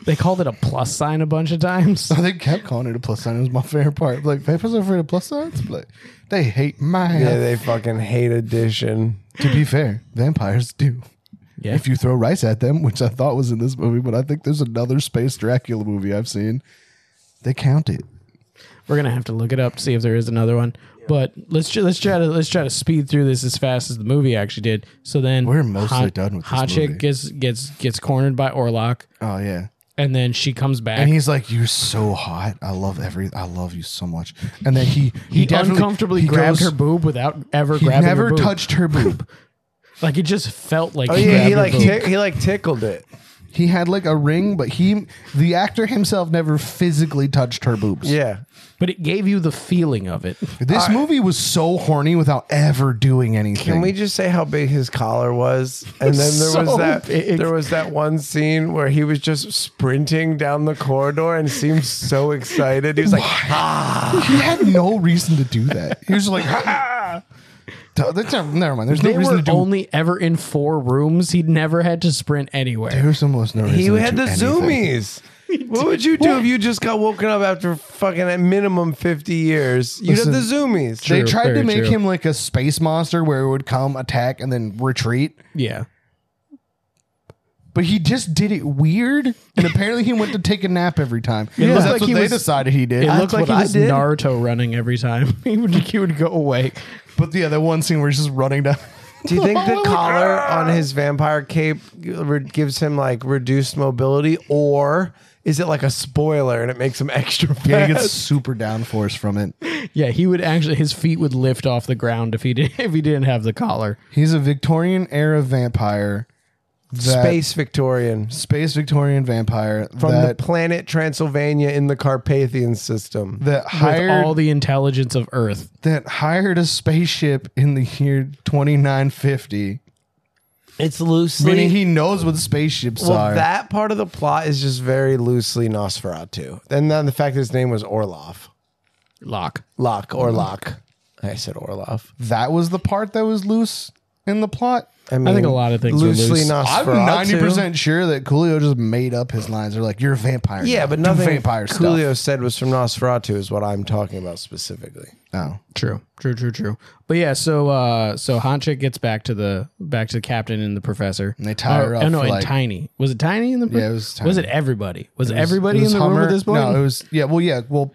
[SPEAKER 3] they called it a plus sign a bunch of times.
[SPEAKER 1] So they kept calling it a plus sign. It was my favorite part. Like, papers are afraid of plus signs. Like, they hate my. ass.
[SPEAKER 2] yeah, they fucking hate addition.
[SPEAKER 1] To be fair, vampires do.
[SPEAKER 3] Yeah.
[SPEAKER 1] If you throw rice at them, which I thought was in this movie, but I think there's another space Dracula movie I've seen, they count it.
[SPEAKER 3] We're gonna have to look it up, see if there is another one. But let's ju- let's try to let's try to speed through this as fast as the movie actually did. So then
[SPEAKER 1] We're mostly
[SPEAKER 3] hot,
[SPEAKER 1] done with this
[SPEAKER 3] hot chick
[SPEAKER 1] movie.
[SPEAKER 3] gets gets gets cornered by Orlok,
[SPEAKER 1] Oh yeah.
[SPEAKER 3] and then she comes back.
[SPEAKER 1] And he's like, "You're so hot. I love every. I love you so much." And then he he,
[SPEAKER 3] he,
[SPEAKER 1] definitely-
[SPEAKER 3] uncomfortably
[SPEAKER 1] he
[SPEAKER 3] grabbed
[SPEAKER 1] goes-
[SPEAKER 3] her boob without ever
[SPEAKER 1] He
[SPEAKER 3] grabbing.
[SPEAKER 1] never
[SPEAKER 3] her boob.
[SPEAKER 1] touched her boob.
[SPEAKER 3] Like it just felt like.
[SPEAKER 2] Oh yeah, he like
[SPEAKER 3] grabbed her boob.
[SPEAKER 2] tick he like tickled it.
[SPEAKER 1] he had like a ring, but he the actor himself never physically touched her boobs.
[SPEAKER 2] Yeah.
[SPEAKER 3] but it gave you the feeling of it.
[SPEAKER 1] This movie was so horny without ever doing anything.
[SPEAKER 2] Can we just say how big his collar was? And then there was
[SPEAKER 3] So
[SPEAKER 2] that
[SPEAKER 3] big.
[SPEAKER 2] there was that one scene where he was just sprinting down the corridor and seemed so excited. He was like,
[SPEAKER 1] He had no reason to do that. He was just like, "Ah." That's not- never mind. There's no
[SPEAKER 3] They
[SPEAKER 1] reason
[SPEAKER 3] were
[SPEAKER 1] to do.
[SPEAKER 3] only ever in four rooms. He never had to sprint anywhere.
[SPEAKER 1] There's almost no reason.
[SPEAKER 2] he
[SPEAKER 1] to
[SPEAKER 2] had
[SPEAKER 1] do
[SPEAKER 2] the
[SPEAKER 1] anything.
[SPEAKER 2] zoomies. What would you do if you just got woken up after fucking at minimum 50 years? You'd
[SPEAKER 1] Listen,
[SPEAKER 2] have the zoomies.
[SPEAKER 1] They
[SPEAKER 3] True,
[SPEAKER 1] tried to
[SPEAKER 3] very
[SPEAKER 1] make
[SPEAKER 3] true.
[SPEAKER 1] him like a space monster where it would come, attack, and then retreat.
[SPEAKER 3] Yeah.
[SPEAKER 1] But he just did it weird, and apparently he went to take a nap every time. Yeah,
[SPEAKER 3] looked
[SPEAKER 1] that's
[SPEAKER 3] like
[SPEAKER 1] what
[SPEAKER 3] he
[SPEAKER 1] they
[SPEAKER 3] was-
[SPEAKER 1] decided he did.
[SPEAKER 3] It looked like
[SPEAKER 2] what
[SPEAKER 3] he
[SPEAKER 2] I
[SPEAKER 3] was
[SPEAKER 2] did.
[SPEAKER 3] Naruto running every time. he would he would go away.
[SPEAKER 1] but yeah, the one scene where he's just running down.
[SPEAKER 2] Do you think the collar on his vampire cape re- gives him like reduced mobility, or is it like a spoiler and it makes him extra fast?
[SPEAKER 1] Yeah, he gets super downforce from it.
[SPEAKER 3] Yeah, he would actually his feet would lift off the ground if he did if he didn't have the collar.
[SPEAKER 1] He's a Victorian era vampire, that-
[SPEAKER 2] Space Victorian
[SPEAKER 1] space Victorian vampire
[SPEAKER 2] from
[SPEAKER 1] that
[SPEAKER 2] the planet Transylvania in the Carpathian system.
[SPEAKER 1] that
[SPEAKER 3] With
[SPEAKER 1] hired
[SPEAKER 3] all the intelligence of Earth.
[SPEAKER 1] that hired a spaceship in the year 2950.
[SPEAKER 2] It's loosely
[SPEAKER 1] Meaning he knows what spaceships
[SPEAKER 2] well,
[SPEAKER 1] are.
[SPEAKER 2] that part of the plot is just very loosely Nosferatu, and then the fact that his name was Orlov,
[SPEAKER 3] Lock.
[SPEAKER 2] Locke or Locke. I said Orlov.
[SPEAKER 1] that was the part that was loose in the plot.
[SPEAKER 2] I mean,
[SPEAKER 3] think a lot of things are
[SPEAKER 2] loosely
[SPEAKER 3] loose.
[SPEAKER 2] Nosferatu.
[SPEAKER 1] I'm 90% sure that Coolio just made up his lines. They're like, you're a vampire.
[SPEAKER 2] Yeah,
[SPEAKER 1] now.
[SPEAKER 2] but
[SPEAKER 1] Do
[SPEAKER 2] nothing
[SPEAKER 1] vampire
[SPEAKER 2] Coolio
[SPEAKER 1] stuff.
[SPEAKER 2] said was from Nosferatu is what I'm talking about specifically.
[SPEAKER 1] No.
[SPEAKER 3] True. True, true, true. But yeah, so uh so Hanchik gets back to the back to the captain and the professor. And
[SPEAKER 1] they tie her up
[SPEAKER 3] Oh no,
[SPEAKER 1] for,
[SPEAKER 3] and
[SPEAKER 1] like-
[SPEAKER 3] Tiny. Was it Tiny in the
[SPEAKER 1] Yeah, it was Tiny.
[SPEAKER 3] Was it everybody? Was everybody
[SPEAKER 1] It was
[SPEAKER 3] in the room
[SPEAKER 1] Hummer-
[SPEAKER 3] at this point?
[SPEAKER 1] No, it was, yeah, well, yeah, well,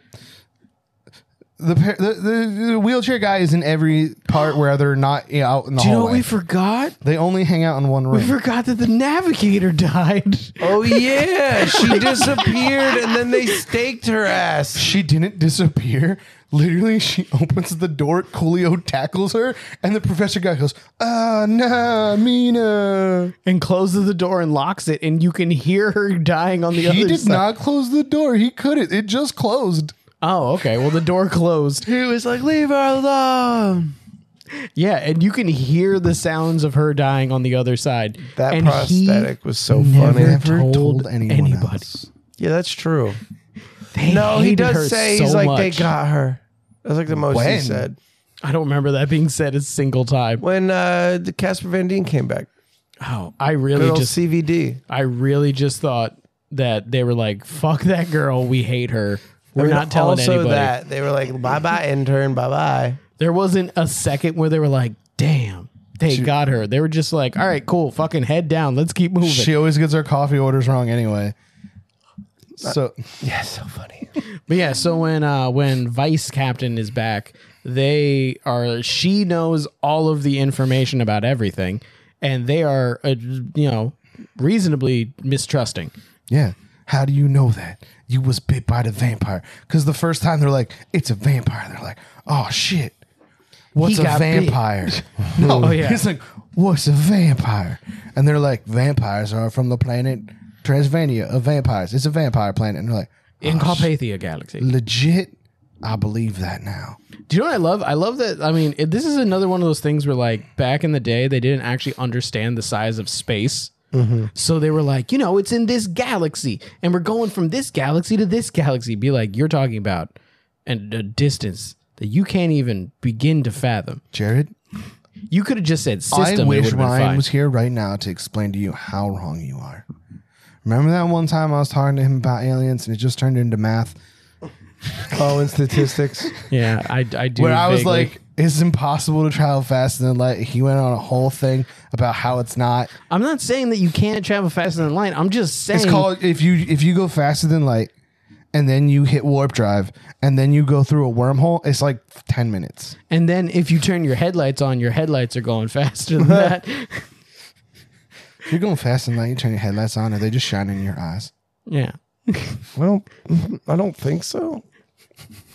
[SPEAKER 1] the, par- the, the, the wheelchair guy is in every part where they're not you know, out in the
[SPEAKER 3] Do you know what
[SPEAKER 1] hallway.
[SPEAKER 3] we forgot?
[SPEAKER 1] they only hang out in one
[SPEAKER 3] We
[SPEAKER 1] room.
[SPEAKER 3] forgot that the navigator died.
[SPEAKER 2] Oh yeah, she disappeared and then they staked her ass.
[SPEAKER 1] She didn't disappear. Literally, she opens the door. Coolio tackles her, and the professor guy goes, "Ah, nah, Mina."
[SPEAKER 3] and closes the door and locks it, and you can hear her dying on the other
[SPEAKER 1] He did
[SPEAKER 3] side.
[SPEAKER 1] not close the door. He couldn't. It just closed.
[SPEAKER 3] Oh, okay. Well, the door closed.
[SPEAKER 2] He was like, "Leave her alone."
[SPEAKER 3] Yeah, and you can hear the sounds of her dying on the other side.
[SPEAKER 2] That
[SPEAKER 3] and he
[SPEAKER 2] prosthetic was so
[SPEAKER 3] never
[SPEAKER 2] funny.
[SPEAKER 1] Never told anybody.
[SPEAKER 2] Yeah, that's true.
[SPEAKER 3] They
[SPEAKER 2] No, he
[SPEAKER 3] hated
[SPEAKER 2] does
[SPEAKER 3] her
[SPEAKER 2] say
[SPEAKER 3] so
[SPEAKER 2] he's like
[SPEAKER 3] much.
[SPEAKER 2] they got her. That's like the most he
[SPEAKER 1] When?
[SPEAKER 2] said
[SPEAKER 3] I don't remember that being said a single time.
[SPEAKER 2] when uh the Casper Van Dien came back.
[SPEAKER 3] Oh, I really
[SPEAKER 2] Little
[SPEAKER 3] just,
[SPEAKER 2] CVD.
[SPEAKER 3] I really just thought that they were like, "Fuck that girl. We hate her. We're
[SPEAKER 2] I mean,
[SPEAKER 3] not telling
[SPEAKER 2] also
[SPEAKER 3] anybody."
[SPEAKER 2] that they were like, "Bye bye, intern. Bye bye."
[SPEAKER 3] There wasn't a second where they were like, "Damn, they got her." They were just like, "All right, cool. Fucking head down. Let's keep moving."
[SPEAKER 1] She always gets her coffee orders wrong anyway. So
[SPEAKER 2] Yeah, so funny.
[SPEAKER 3] But yeah, so when uh when Vice Captain is back, they are she knows all of the information about everything. and they are, uh, you know, reasonably mistrusting.
[SPEAKER 1] Yeah. How do you know that? You was bit by the vampire. Because the first time they're like, it's a vampire. They're like, oh shit. What's
[SPEAKER 3] He
[SPEAKER 1] a
[SPEAKER 3] got bit."
[SPEAKER 1] vampire? no,
[SPEAKER 3] Oh, yeah.
[SPEAKER 1] It's like, what's a vampire? And they're like, vampires are from the planet Transvania of vampires. It's a vampire planet. And they're like,
[SPEAKER 3] In Carpathia Galaxy.
[SPEAKER 1] legit? I believe that now.
[SPEAKER 3] Do you know what I love? I love that. I mean, it, this is another one of those things where, like, back in the day, they didn't actually understand the size of space.
[SPEAKER 1] Mm-hmm.
[SPEAKER 3] So they were like, you know, it's in this galaxy, and we're going from this galaxy to this galaxy. Be like, you're talking about and a distance that you can't even begin to fathom.
[SPEAKER 1] Jared,
[SPEAKER 3] You could have just said
[SPEAKER 1] I
[SPEAKER 3] system. it
[SPEAKER 1] wish
[SPEAKER 3] would've been
[SPEAKER 1] Ryan
[SPEAKER 3] fine.
[SPEAKER 1] was here right now to explain to you how wrong you are. Remember that one time I was talking to him about aliens and it just turned into math?
[SPEAKER 2] Oh, and statistics.
[SPEAKER 3] Yeah, I, I do.
[SPEAKER 1] where I was
[SPEAKER 3] vaguely.
[SPEAKER 1] like, it's impossible to travel fast. And then like he went on a whole thing about how it's not.
[SPEAKER 3] I'm not saying that you can't travel faster than light. I'm just saying
[SPEAKER 1] It's called if you if you go faster than light, and then you hit warp drive, and then you go through a wormhole. It's like ten minutes.
[SPEAKER 3] And then if you turn your headlights on, your headlights are going faster than that.
[SPEAKER 1] You're going faster than light. You turn your headlights on, and they just shine in your eyes.
[SPEAKER 3] yeah.
[SPEAKER 2] Well, I don't think so.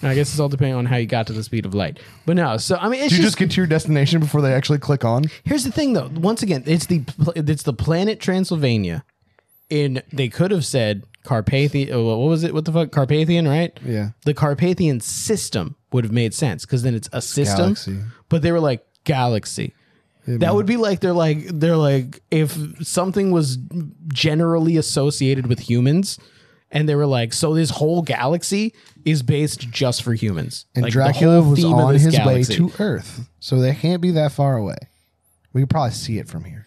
[SPEAKER 3] I guess it's all depending on how you got to the speed of light. But no, so I mean, it's
[SPEAKER 1] Do you just
[SPEAKER 3] just,
[SPEAKER 1] get to your destination before they actually click on?
[SPEAKER 3] here's the thing though. Once again, it's the pl- it's the planet Transylvania. In they could have said Carpathian. uh, What was it? What the fuck? Carpathian, right?
[SPEAKER 1] Yeah.
[SPEAKER 3] The Carpathian system would have made sense because then it's a system.
[SPEAKER 1] galaxy.
[SPEAKER 3] But they were like galaxy. that would be like they're like they're like if something was generally associated with humans, and they were like, so this whole galaxy is based just for humans.
[SPEAKER 1] And
[SPEAKER 3] Like, the
[SPEAKER 1] Dracula
[SPEAKER 3] whole
[SPEAKER 1] was
[SPEAKER 3] theme of
[SPEAKER 1] on
[SPEAKER 3] this
[SPEAKER 1] his
[SPEAKER 3] galaxy.
[SPEAKER 1] way to Earth, so they can't be that far away. We could probably see it from here.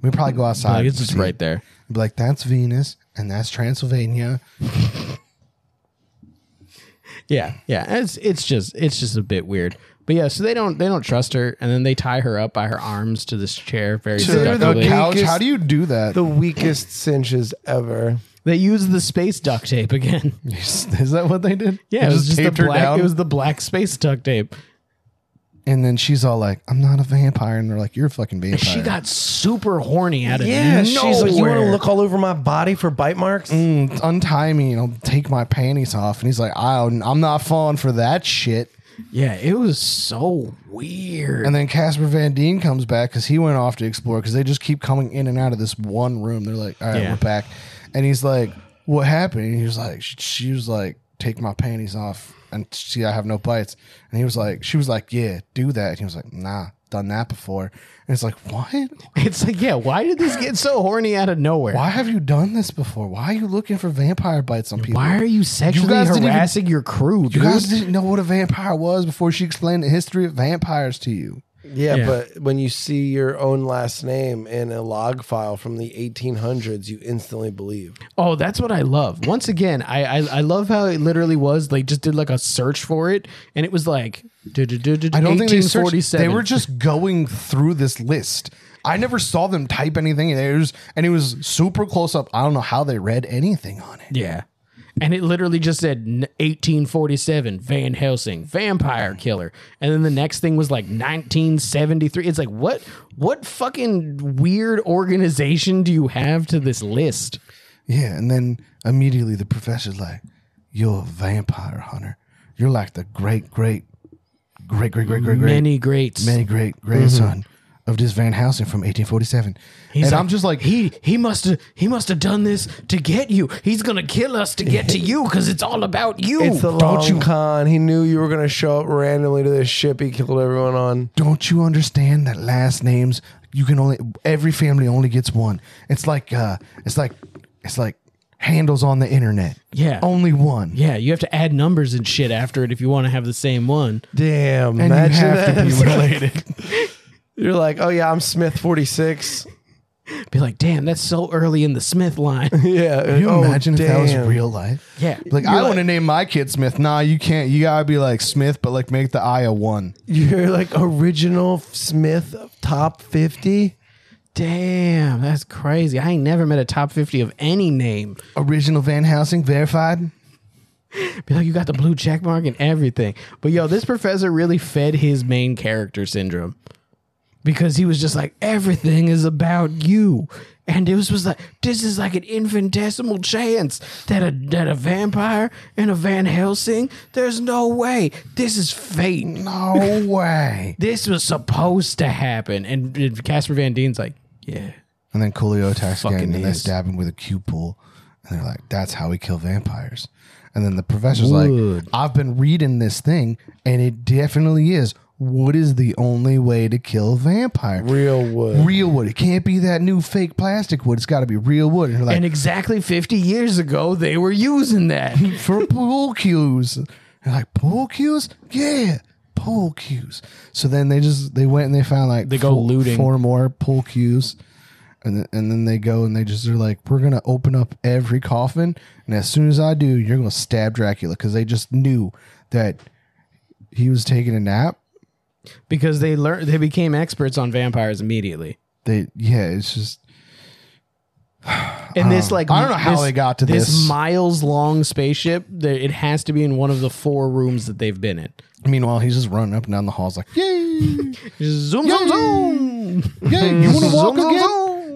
[SPEAKER 1] We could probably go outside.
[SPEAKER 3] Like
[SPEAKER 1] and
[SPEAKER 3] it's just
[SPEAKER 1] see it.
[SPEAKER 3] right there.
[SPEAKER 1] Be like, that's Venus and that's Transylvania.
[SPEAKER 3] Yeah, yeah. And It's it's just it's just a bit weird. But yeah, so they don't they don't trust her, and then they tie her up by her arms to this chair very
[SPEAKER 2] the
[SPEAKER 3] seductively.
[SPEAKER 2] cow-
[SPEAKER 1] Ouch, how do you do that?
[SPEAKER 2] The weakest cinches ever.
[SPEAKER 3] they use the space duct tape again.
[SPEAKER 1] Is that what they did?
[SPEAKER 3] Yeah,
[SPEAKER 1] They
[SPEAKER 3] it was just the
[SPEAKER 1] taped her
[SPEAKER 3] black.
[SPEAKER 1] down?
[SPEAKER 3] It was the black space duct tape.
[SPEAKER 1] and then she's all like, "I'm not a vampire," and they're like, "You're a fucking vampire."
[SPEAKER 3] She got super horny out of
[SPEAKER 2] Yeah,
[SPEAKER 3] nowhere.
[SPEAKER 2] she's like, you want to look all over my body for bite marks?
[SPEAKER 1] Mm, untie me and I'll take my panties off. And he's like, "I, I'm not falling for that shit."
[SPEAKER 3] Yeah, it was so weird.
[SPEAKER 1] And then Casper Van Dien comes back because he went off to explore because they just keep coming in and out of this one room. They're like, "All right,
[SPEAKER 3] Yeah.
[SPEAKER 1] we're back," and he's like, "What happened?" And he was like, she, she was like, "Take my panties off and see I have no bites." And he was like, "She was like, yeah, do that." And he was like, "Nah." Done that before, and it's like, what?
[SPEAKER 3] it's like, yeah, why did this get so horny out of nowhere? Why,
[SPEAKER 1] Why have you done this before? Why are you looking for vampire bites on people?
[SPEAKER 3] are you sexually
[SPEAKER 1] guys didn't even-
[SPEAKER 3] harassing your crew,
[SPEAKER 1] you
[SPEAKER 3] dude?
[SPEAKER 1] guys didn't know what a vampire was before she explained the history of vampires to you.
[SPEAKER 2] Yeah,
[SPEAKER 3] Yeah.
[SPEAKER 2] but when you see your own last name in a log file from the 1800s, you instantly believe.
[SPEAKER 3] Oh, that's what I love. Once again, I, I I love how it literally was. They just did like a search for it, and it was like I
[SPEAKER 1] I don't think they searched.
[SPEAKER 3] forty-seven.
[SPEAKER 1] They were just going through this list. I never saw them type anything. And it was, and it was super close up. I don't know how they read anything on it.
[SPEAKER 3] yeah, and it literally just said n- 1847 Van Helsing vampire killer, and then the next thing was like 1973. It's like what what fucking weird organization do you have to this list?
[SPEAKER 1] Yeah, and then immediately the professor's like, "You're a vampire hunter. You're like the great, great, great, great, great, great, great,
[SPEAKER 3] Many greats.
[SPEAKER 1] many great grandson of this Van Helsing from 1847."
[SPEAKER 3] He's
[SPEAKER 1] and
[SPEAKER 3] like,
[SPEAKER 1] I'm just like,
[SPEAKER 3] he he must have he must have done this to get you. He's gonna kill us to get to you because it's all about you.
[SPEAKER 2] It's the
[SPEAKER 1] don't
[SPEAKER 2] long
[SPEAKER 1] you-
[SPEAKER 2] con. He knew you were going to show up randomly to this ship he killed everyone on.
[SPEAKER 1] don't you understand that last names you can only every family only gets one it's like uh it's like it's like handles on the internet
[SPEAKER 3] Yeah.
[SPEAKER 1] only one
[SPEAKER 3] Yeah, you have to add numbers and shit after it if you want to have the same one.
[SPEAKER 2] Damn.
[SPEAKER 1] and you
[SPEAKER 2] imagine
[SPEAKER 1] have to be
[SPEAKER 2] that.
[SPEAKER 1] related
[SPEAKER 2] You're like, oh, yeah, I'm Smith 46.
[SPEAKER 3] Be like, damn, that's so early in the Smith line.
[SPEAKER 2] yeah.
[SPEAKER 1] Can you
[SPEAKER 2] oh,
[SPEAKER 1] imagine if that was
[SPEAKER 2] damn.
[SPEAKER 1] real life
[SPEAKER 3] Yeah.
[SPEAKER 1] like i want to name my kid smith nah you can't you gotta be like smith but like make the i a one
[SPEAKER 2] You're like original Smith top 50.
[SPEAKER 3] Damn, that's crazy. I ain't never met a top fifty of any name.
[SPEAKER 1] original van helsing verified
[SPEAKER 3] Be like, you got the blue check mark and everything. But yo, this professor really fed his main character syndrome. because he was just like everything is about you and it was, was like this is like an infinitesimal chance that a that a vampire and a van helsing there's no way this is fate
[SPEAKER 1] No way.
[SPEAKER 3] this was supposed to happen and and casper van dien's like yeah
[SPEAKER 1] And then Coolio attacks again,
[SPEAKER 3] Fucking
[SPEAKER 1] and they
[SPEAKER 3] is.
[SPEAKER 1] stab him with a cue pole. And they're like, "That's how we kill vampires." And then the professor's like,
[SPEAKER 3] Wood.
[SPEAKER 1] "I've been reading this thing, and it definitely is. Wood is the only way to kill vampire.
[SPEAKER 2] Real wood.
[SPEAKER 1] Real wood. It can't be that new fake plastic wood. It's got to be real wood." And they're like,
[SPEAKER 3] and exactly 50 years ago they were using that
[SPEAKER 1] for pool cues. They're like, pool cues? Yeah, pool cues. So then they just they went and they found like
[SPEAKER 3] They go
[SPEAKER 1] four,
[SPEAKER 3] looting.
[SPEAKER 1] four more pool cues. And then, and then they go and they just are like, we're gonna open up every coffin, and as soon as I do, you're gonna stab Dracula because they just knew that he was taking a nap.
[SPEAKER 3] because they learned they became experts on vampires immediately
[SPEAKER 1] They yeah, it's just
[SPEAKER 3] and this like
[SPEAKER 1] I don't know how
[SPEAKER 3] this-
[SPEAKER 1] they got to
[SPEAKER 3] this
[SPEAKER 1] this.
[SPEAKER 3] miles long spaceship that it has to be in one of the four rooms that they've been in
[SPEAKER 1] Meanwhile, he's just running up and down the halls like, yay,
[SPEAKER 3] zoom zoom zoom
[SPEAKER 1] Yeah, you want to walk
[SPEAKER 3] Zoom, zoom,
[SPEAKER 1] again?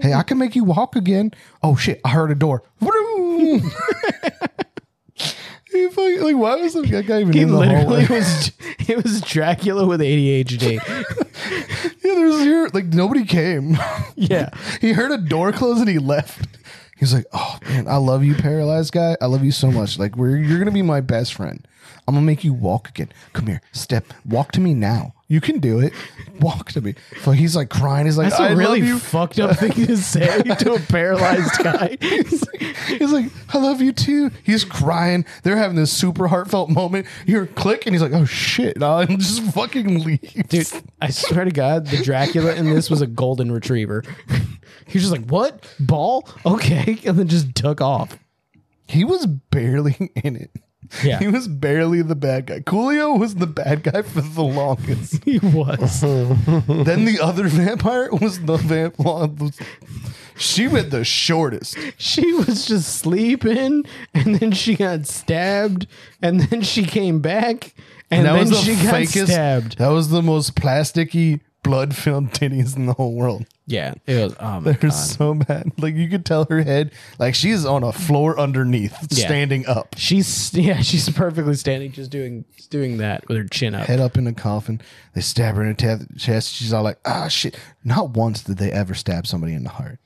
[SPEAKER 1] Hey, I can make you walk again. Oh shit! I heard a door. Vroom. He fucking- like, why was that guy even
[SPEAKER 3] he
[SPEAKER 1] in the
[SPEAKER 3] literally
[SPEAKER 1] hallway?
[SPEAKER 3] was it was dracula with adhd
[SPEAKER 1] Yeah, there's here like nobody came.
[SPEAKER 3] yeah
[SPEAKER 1] he heard a door close and he left. He's like, oh man, I love you, paralyzed guy. I love you so much. Like, we're, you're gonna be my best friend. I'm gonna make you walk again. Come here, step, walk to me now. You can do it. Walk to me. So he's like crying. He's like,
[SPEAKER 3] that's a
[SPEAKER 1] I
[SPEAKER 3] really
[SPEAKER 1] love you.
[SPEAKER 3] fucked up thing to say to a paralyzed guy
[SPEAKER 1] He's like, I love you too. He's crying. They're having this super heartfelt moment. You hear a click, and he's like, oh shit. And I'm just fucking leave.
[SPEAKER 3] Dude, I swear to God, the Dracula in this was a golden retriever. He's just like, what? Ball? Okay. And then just took off.
[SPEAKER 1] He was barely in it.
[SPEAKER 3] Yeah.
[SPEAKER 1] He was barely the bad guy. Coolio was the bad guy for the longest.
[SPEAKER 3] He was.
[SPEAKER 1] then the other vampire was the vampire. She went the shortest.
[SPEAKER 3] she was just sleeping and then she got stabbed and then she came back and, then she got stabbed.
[SPEAKER 1] That was the most plasticky, blood-filled titties in the whole world.
[SPEAKER 3] Yeah. It was oh my
[SPEAKER 1] They're
[SPEAKER 3] God.
[SPEAKER 1] so bad. Like you could tell her head, like she's on a floor underneath,
[SPEAKER 3] Yeah.
[SPEAKER 1] standing up,
[SPEAKER 3] She's yeah, she's perfectly standing, just doing just doing that with her chin up.
[SPEAKER 1] head up in a coffin. They stab her in the te- chest. She's all like, "Ah, shit!" Not once did they ever stab somebody in the heart.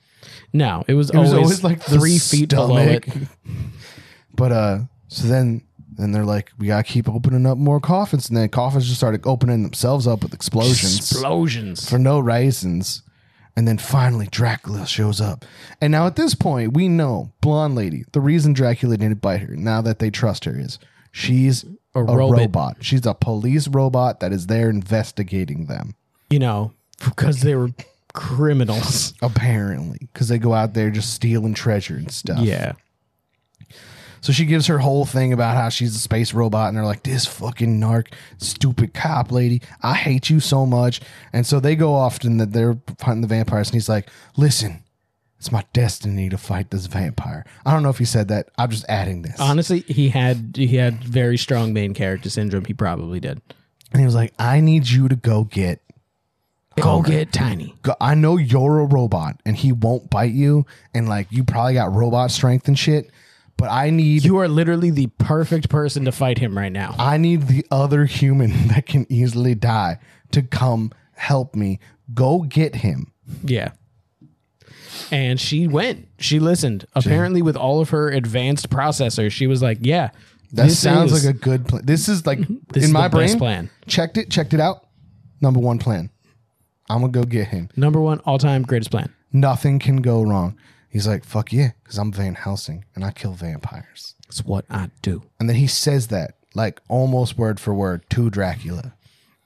[SPEAKER 3] No, it was,
[SPEAKER 1] It was
[SPEAKER 3] always,
[SPEAKER 1] always like the
[SPEAKER 3] three feet below it.
[SPEAKER 1] stomach. But uh, so then then they're like, "We gotta keep opening up more coffins," and then coffins just started opening themselves up with explosions.
[SPEAKER 3] Explosions.
[SPEAKER 1] for no reasons. And then finally, Dracula shows up. And now at this point, we know Blonde Lady, the reason Dracula didn't bite her, now that they trust her, is she's a,
[SPEAKER 3] robot.
[SPEAKER 1] robot. She's a police robot that is there investigating them,
[SPEAKER 3] You know, because they were criminals.
[SPEAKER 1] apparently, because they go out there just stealing treasure and stuff.
[SPEAKER 3] Yeah.
[SPEAKER 1] So she gives her whole thing about how she's a space robot, and they're like, "This fucking narc, stupid cop lady, I hate you so much." And so they go off and that they're fighting the vampires, and he's like, "Listen, it's my destiny to fight this vampire." I don't know if he said that. I'm just adding this.
[SPEAKER 3] Honestly, he had he had very strong main character syndrome. He probably did.
[SPEAKER 1] and he was like, "I need you to go get
[SPEAKER 3] Go get tiny.
[SPEAKER 1] go- I know you're a robot and he won't bite you and like you probably got robot strength and shit, but I need
[SPEAKER 3] You are literally the perfect person to fight him right now.
[SPEAKER 1] I need the other human that can easily die to come help me. Go get him.
[SPEAKER 3] Yeah. And she went. She listened. Apparently, with all of her advanced processors, she was like, "Yeah,
[SPEAKER 1] That sounds like a good plan. This is like
[SPEAKER 3] Mhm. This
[SPEAKER 1] in
[SPEAKER 3] is
[SPEAKER 1] my
[SPEAKER 3] the
[SPEAKER 1] brain.
[SPEAKER 3] best plan.
[SPEAKER 1] Checked it. Checked it out. Number one plan. I'm gonna go get him.
[SPEAKER 3] number one all time greatest plan."
[SPEAKER 1] Nothing can go wrong. He's like, fuck yeah, because I'm Van Helsing and I kill vampires.
[SPEAKER 3] It's what I do.
[SPEAKER 1] And then he says that like almost word for word to Dracula.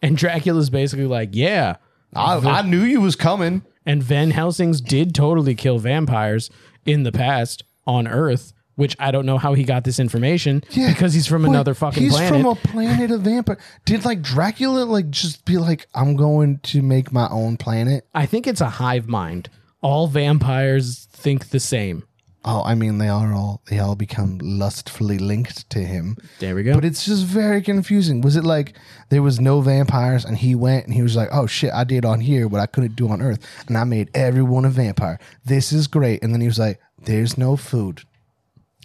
[SPEAKER 3] And Dracula's basically like, "Yeah."
[SPEAKER 1] I, I knew you was coming.
[SPEAKER 3] And Van Helsing's did totally kill vampires in the past on Earth, which I don't know how he got this information
[SPEAKER 1] Yeah.
[SPEAKER 3] because he's from
[SPEAKER 1] Wait,
[SPEAKER 3] another fucking
[SPEAKER 1] he's
[SPEAKER 3] planet.
[SPEAKER 1] from a planet of vampire. Did like Dracula like just be like, I'm going to make my own planet?
[SPEAKER 3] I think it's a hive mind. All vampires think the same.
[SPEAKER 1] Oh, I mean, they are all they all become lustfully linked to him.
[SPEAKER 3] There we go.
[SPEAKER 1] But it's just very confusing. Was it like there was no vampires and he went and he was like, "Oh shit, I did on here what I couldn't do on Earth, and I made everyone a vampire. This is great." And then he was like, "There's no food."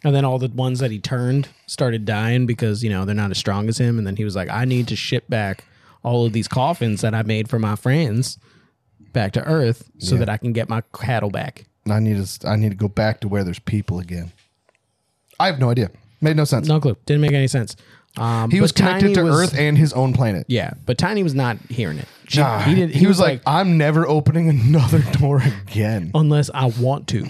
[SPEAKER 3] And then all the ones that he turned started dying because, you know, they're not as strong as him. And then he was like, I need to ship back all of these coffins that I made for my friends back to Earth so that I can get my cattle back.
[SPEAKER 1] And I need to s- I need to go back to where there's people again. I have no idea. Made no sense.
[SPEAKER 3] No clue. Didn't make any sense. Um,
[SPEAKER 1] he
[SPEAKER 3] but
[SPEAKER 1] was connected
[SPEAKER 3] Tiny
[SPEAKER 1] to
[SPEAKER 3] was-
[SPEAKER 1] Earth and his own planet.
[SPEAKER 3] Yeah, but Tiny was not hearing it. She-
[SPEAKER 1] Nah,
[SPEAKER 3] he, did, he, was like,
[SPEAKER 1] "I'm never opening another door again."
[SPEAKER 3] unless I want to,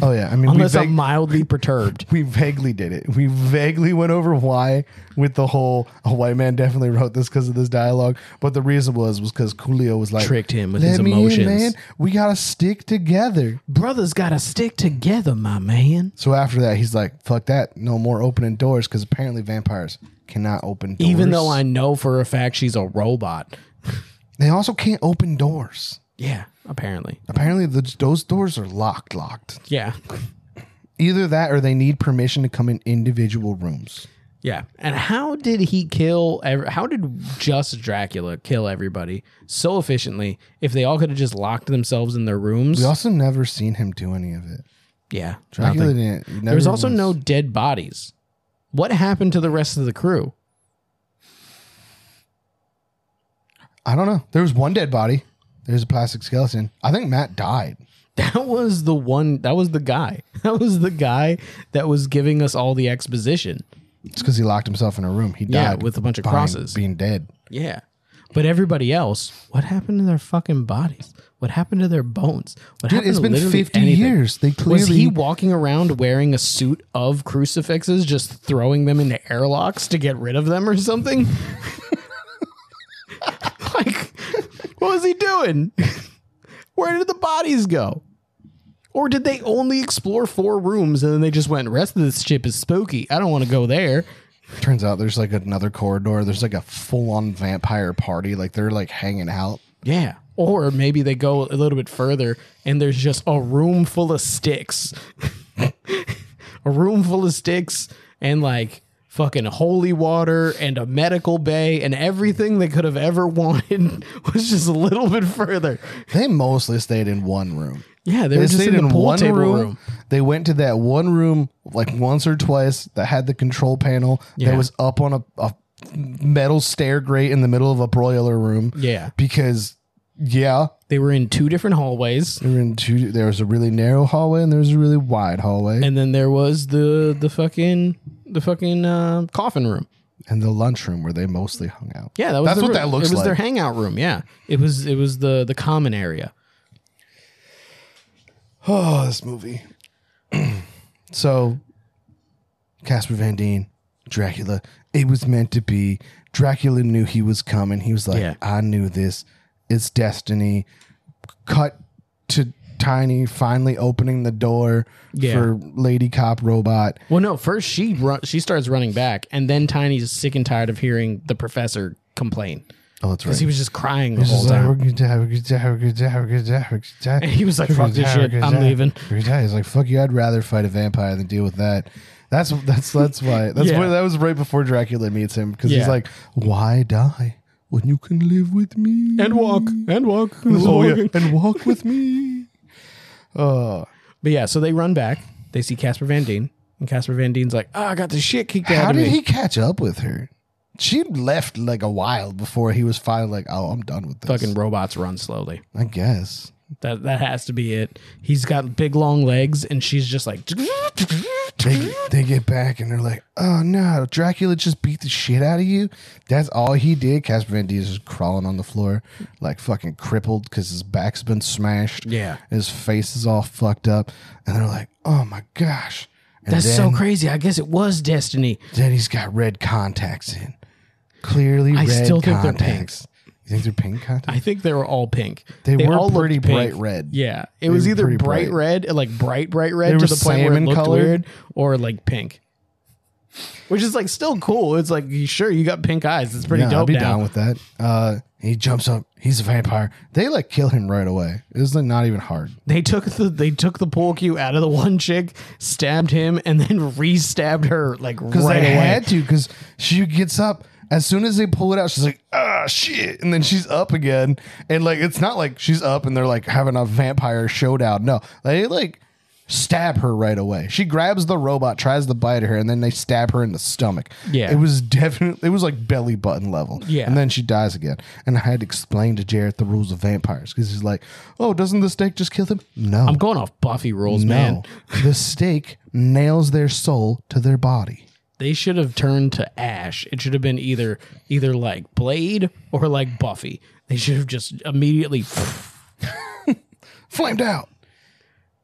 [SPEAKER 1] Oh yeah, I mean,
[SPEAKER 3] unless
[SPEAKER 1] we,
[SPEAKER 3] I'm
[SPEAKER 1] vague-
[SPEAKER 3] mildly perturbed.
[SPEAKER 1] we vaguely did it. We vaguely went over why with the whole a white man definitely wrote this because of this dialogue, but the reason was was because Coolio was like
[SPEAKER 3] Tricked him with
[SPEAKER 1] "Let
[SPEAKER 3] his
[SPEAKER 1] me in,
[SPEAKER 3] emotions."
[SPEAKER 1] man. We gotta stick together.
[SPEAKER 3] Brothers got to stick together, my man.
[SPEAKER 1] So after that, he's like, "Fuck that! No more opening doors," because apparently vampires cannot open doors.
[SPEAKER 3] Even though I know for a fact she's a robot.
[SPEAKER 1] they also can't open doors.
[SPEAKER 3] Yeah, apparently.
[SPEAKER 1] Apparently, the, those doors are locked, locked.
[SPEAKER 3] Yeah.
[SPEAKER 1] Either that, or they need permission to come in individual rooms.
[SPEAKER 3] Yeah. And how did he kill? ev- How did just Dracula kill everybody so efficiently if they all could have just locked themselves in their rooms?
[SPEAKER 1] We also never seen him do any of it.
[SPEAKER 3] yeah.
[SPEAKER 1] Dracula
[SPEAKER 3] nothing.
[SPEAKER 1] didn't. Never
[SPEAKER 3] There was also
[SPEAKER 1] was-
[SPEAKER 3] no dead bodies. What happened to the rest of the crew?
[SPEAKER 1] I don't know. There was one dead body. There's a plastic skeleton. I think Matt died.
[SPEAKER 3] That was the one. That was the guy. That was the guy that was giving us all the exposition.
[SPEAKER 1] It's because he locked himself in a room. He
[SPEAKER 3] Yeah,
[SPEAKER 1] died
[SPEAKER 3] with a bunch of
[SPEAKER 1] by
[SPEAKER 3] crosses.
[SPEAKER 1] being dead.
[SPEAKER 3] Yeah. But everybody else, what happened to their fucking bodies? What happened to their bones? What
[SPEAKER 1] Dude,
[SPEAKER 3] happened
[SPEAKER 1] it's
[SPEAKER 3] to
[SPEAKER 1] been
[SPEAKER 3] literally
[SPEAKER 1] 50
[SPEAKER 3] anything?
[SPEAKER 1] years. They clearly
[SPEAKER 3] Was he walking around wearing a suit of crucifixes, just throwing them into airlocks to get rid of them or something? like, what was he doing? Where did the bodies go? Or did they only explore four rooms and then they just went, rest of this ship is spooky. I don't want to go there.
[SPEAKER 1] Turns out there's like another corridor. There's like a full on vampire party. Like they're like hanging out.
[SPEAKER 3] Yeah. Or maybe they go a little bit further and there's just a room full of sticks. a room full of sticks and like fucking holy water and a medical bay and everything they could have ever wanted was just a little bit further.
[SPEAKER 1] They mostly stayed in one room.
[SPEAKER 3] Yeah,
[SPEAKER 1] They
[SPEAKER 3] they were just
[SPEAKER 1] stayed
[SPEAKER 3] in the
[SPEAKER 1] in
[SPEAKER 3] pool
[SPEAKER 1] one
[SPEAKER 3] table
[SPEAKER 1] room.
[SPEAKER 3] room.
[SPEAKER 1] They went to that one room like once or twice that had the control panel that
[SPEAKER 3] Yeah.
[SPEAKER 1] was up on a, a metal stair grate in the middle of a broiler room.
[SPEAKER 3] Yeah.
[SPEAKER 1] Because, yeah,
[SPEAKER 3] They were in two different hallways.
[SPEAKER 1] They were in two. There was a really narrow hallway and there was a really wide hallway, and,
[SPEAKER 3] And then there was the the fucking the fucking uh, coffin room.
[SPEAKER 1] the lunchroom where they mostly hung out.
[SPEAKER 3] Yeah, that was
[SPEAKER 1] that's
[SPEAKER 3] the
[SPEAKER 1] what
[SPEAKER 3] room.
[SPEAKER 1] that looks
[SPEAKER 3] It was
[SPEAKER 1] like.
[SPEAKER 3] their hangout room. Yeah, it was it was the the common area.
[SPEAKER 1] oh, this movie. so, Casper Van Dien, Dracula. It was meant to be. Dracula knew he was coming. He was like,
[SPEAKER 3] Yeah.
[SPEAKER 1] "I knew this. It's destiny." Cut to Tiny finally opening the door
[SPEAKER 3] Yeah.
[SPEAKER 1] for Lady Cop Robot.
[SPEAKER 3] Well, no. First, she run, she starts running back, and then Tiny's sick and tired of hearing the professor complain
[SPEAKER 1] Oh, that's
[SPEAKER 3] because
[SPEAKER 1] right.
[SPEAKER 3] he was just crying the
[SPEAKER 1] It's
[SPEAKER 3] whole
[SPEAKER 1] just like,
[SPEAKER 3] time.
[SPEAKER 1] "We're gonna die, we're gonna die, we're gonna die, we're gonna die, we're gonna die."
[SPEAKER 3] And he was like, "Fuck this shit, I'm leaving."
[SPEAKER 1] We're gonna die. He's like, "Fuck you! I'd rather fight a vampire than deal with that." That's that's that's why. That's
[SPEAKER 3] Yeah.
[SPEAKER 1] why that was right before Dracula meets him because he's
[SPEAKER 3] Yeah.
[SPEAKER 1] like, "Why die when you can live with me
[SPEAKER 3] and walk.
[SPEAKER 1] oh, yeah, and walk with me?"
[SPEAKER 3] But yeah, so they run back. They see Casper Van Dien, and Casper Van Dien's like, "Ah, I got the shit kicked out
[SPEAKER 1] How
[SPEAKER 3] of
[SPEAKER 1] did
[SPEAKER 3] me."
[SPEAKER 1] he catch up with her? She left like a while before he was finally like, "Oh, I'm done with this."
[SPEAKER 3] Fucking robots run slowly.
[SPEAKER 1] I guess.
[SPEAKER 3] That that has to be it. He's got big long legs, and she's just like,
[SPEAKER 1] They, they get back and they're like, oh no, Dracula just beat the shit out of you. That's all he did. Casper Van Dien is just crawling on the floor, like fucking crippled because his back's been smashed.
[SPEAKER 3] Yeah.
[SPEAKER 1] His face is all fucked up. And they're like, oh my gosh. And
[SPEAKER 3] "That's so
[SPEAKER 1] then-
[SPEAKER 3] crazy. I guess it was destiny."
[SPEAKER 1] Then he's got red contacts in. Clearly
[SPEAKER 3] I
[SPEAKER 1] red
[SPEAKER 3] still think they're
[SPEAKER 1] contacts. you think they're pink contacts?
[SPEAKER 3] I think they were all pink.
[SPEAKER 1] They were
[SPEAKER 3] all looked
[SPEAKER 1] pretty
[SPEAKER 3] pink.
[SPEAKER 1] bright red.
[SPEAKER 3] Yeah, it
[SPEAKER 1] They
[SPEAKER 3] was
[SPEAKER 1] were
[SPEAKER 3] either
[SPEAKER 1] pretty
[SPEAKER 3] bright,
[SPEAKER 1] bright.
[SPEAKER 3] red, like bright bright
[SPEAKER 1] They
[SPEAKER 3] red
[SPEAKER 1] were
[SPEAKER 3] to the point where it
[SPEAKER 1] salmon
[SPEAKER 3] looked
[SPEAKER 1] colored.
[SPEAKER 3] weird, or like pink, which is like still cool. It's like you- sure you got pink eyes. It's pretty
[SPEAKER 1] Yeah,
[SPEAKER 3] dope.
[SPEAKER 1] I'd be
[SPEAKER 3] now.
[SPEAKER 1] down with that. Uh, He jumps up. He's a vampire. They like kill him right away. It's like not even hard.
[SPEAKER 3] They took the they took the pool cue out of the one chick, stabbed him, and then re-stabbed her like right
[SPEAKER 1] Because
[SPEAKER 3] away.
[SPEAKER 1] they had to, because she gets up. As soon as they pull it out, she's like, ah, shit. And then she's up again. And like, it's not like she's up and they're like having a vampire showdown. No, they like stab her right away. She grabs the robot, tries to bite her, and then they stab her in the stomach.
[SPEAKER 3] Yeah.
[SPEAKER 1] It was definitely, it was like belly button level.
[SPEAKER 3] Yeah.
[SPEAKER 1] And then she dies again. And I had to explain to Jared the rules of vampires because he's like, oh, doesn't the stake just kill them? No.
[SPEAKER 3] I'm going off Buffy rules, man.
[SPEAKER 1] no. the stake nails their soul to their body.
[SPEAKER 3] They should have turned to Ash. It should have been either either like Blade or like Buffy. They should have just immediately.
[SPEAKER 1] flamed out.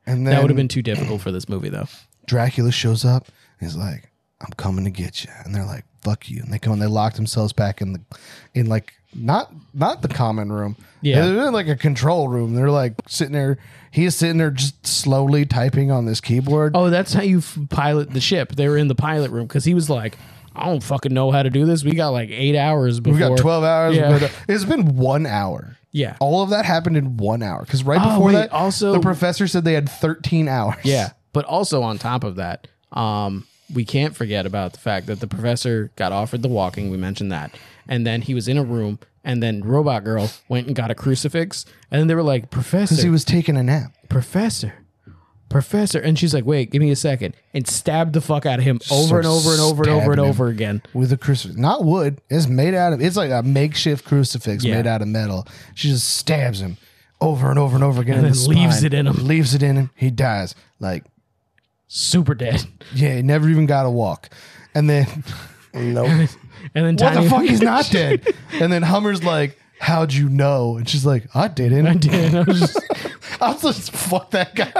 [SPEAKER 1] And then
[SPEAKER 3] That would have been too difficult for this movie, though.
[SPEAKER 1] Dracula shows up. And he's like, "I'm coming to get you," and they're like, "Fuck you!" And they come and they lock themselves back in the, in like not not the common room.
[SPEAKER 3] Yeah.
[SPEAKER 1] they're in like a control room. They're like sitting there. He's sitting there just slowly typing on this keyboard.
[SPEAKER 3] Oh, that's how you f- pilot the ship. They were in the pilot room because he was like, "I don't fucking know how to do this. We got like eight hours before
[SPEAKER 1] we got twelve hours.
[SPEAKER 3] Yeah.
[SPEAKER 1] but It's been one hour.
[SPEAKER 3] Yeah.
[SPEAKER 1] all of that happened in one hour. Because right
[SPEAKER 3] Oh,
[SPEAKER 1] before
[SPEAKER 3] wait,
[SPEAKER 1] that,
[SPEAKER 3] also-
[SPEAKER 1] the professor said they had thirteen hours.
[SPEAKER 3] Yeah, but also on top of that, um, we can't forget about the fact that the professor got offered the walking. We mentioned that, and then he was in a room, and then Robot Girl went and got a crucifix, and then they were like, "Professor,
[SPEAKER 1] because he was taking a nap.
[SPEAKER 3] professor." Professor, and she's like, "Wait, give me a second. and stabbed the fuck out of him over and over and over and over and
[SPEAKER 1] stabbing him.
[SPEAKER 3] over again.
[SPEAKER 1] with a crucifix, not wood. It's made out of. It's like a makeshift crucifix
[SPEAKER 3] Yeah.
[SPEAKER 1] made out of metal. She just stabs him over and over and over again, and
[SPEAKER 3] then leaves it in him.
[SPEAKER 1] Leaves it in him. He dies. Like
[SPEAKER 3] Super dead.
[SPEAKER 1] yeah, he never even got to walk. And then
[SPEAKER 2] Nope.
[SPEAKER 3] And then
[SPEAKER 1] what
[SPEAKER 3] Tiny,
[SPEAKER 1] the fuck? He's not dead. And then Hummer's like, "How'd you know?" And she's like, "I didn't.
[SPEAKER 3] I did. I was just
[SPEAKER 1] I was just fuck that guy.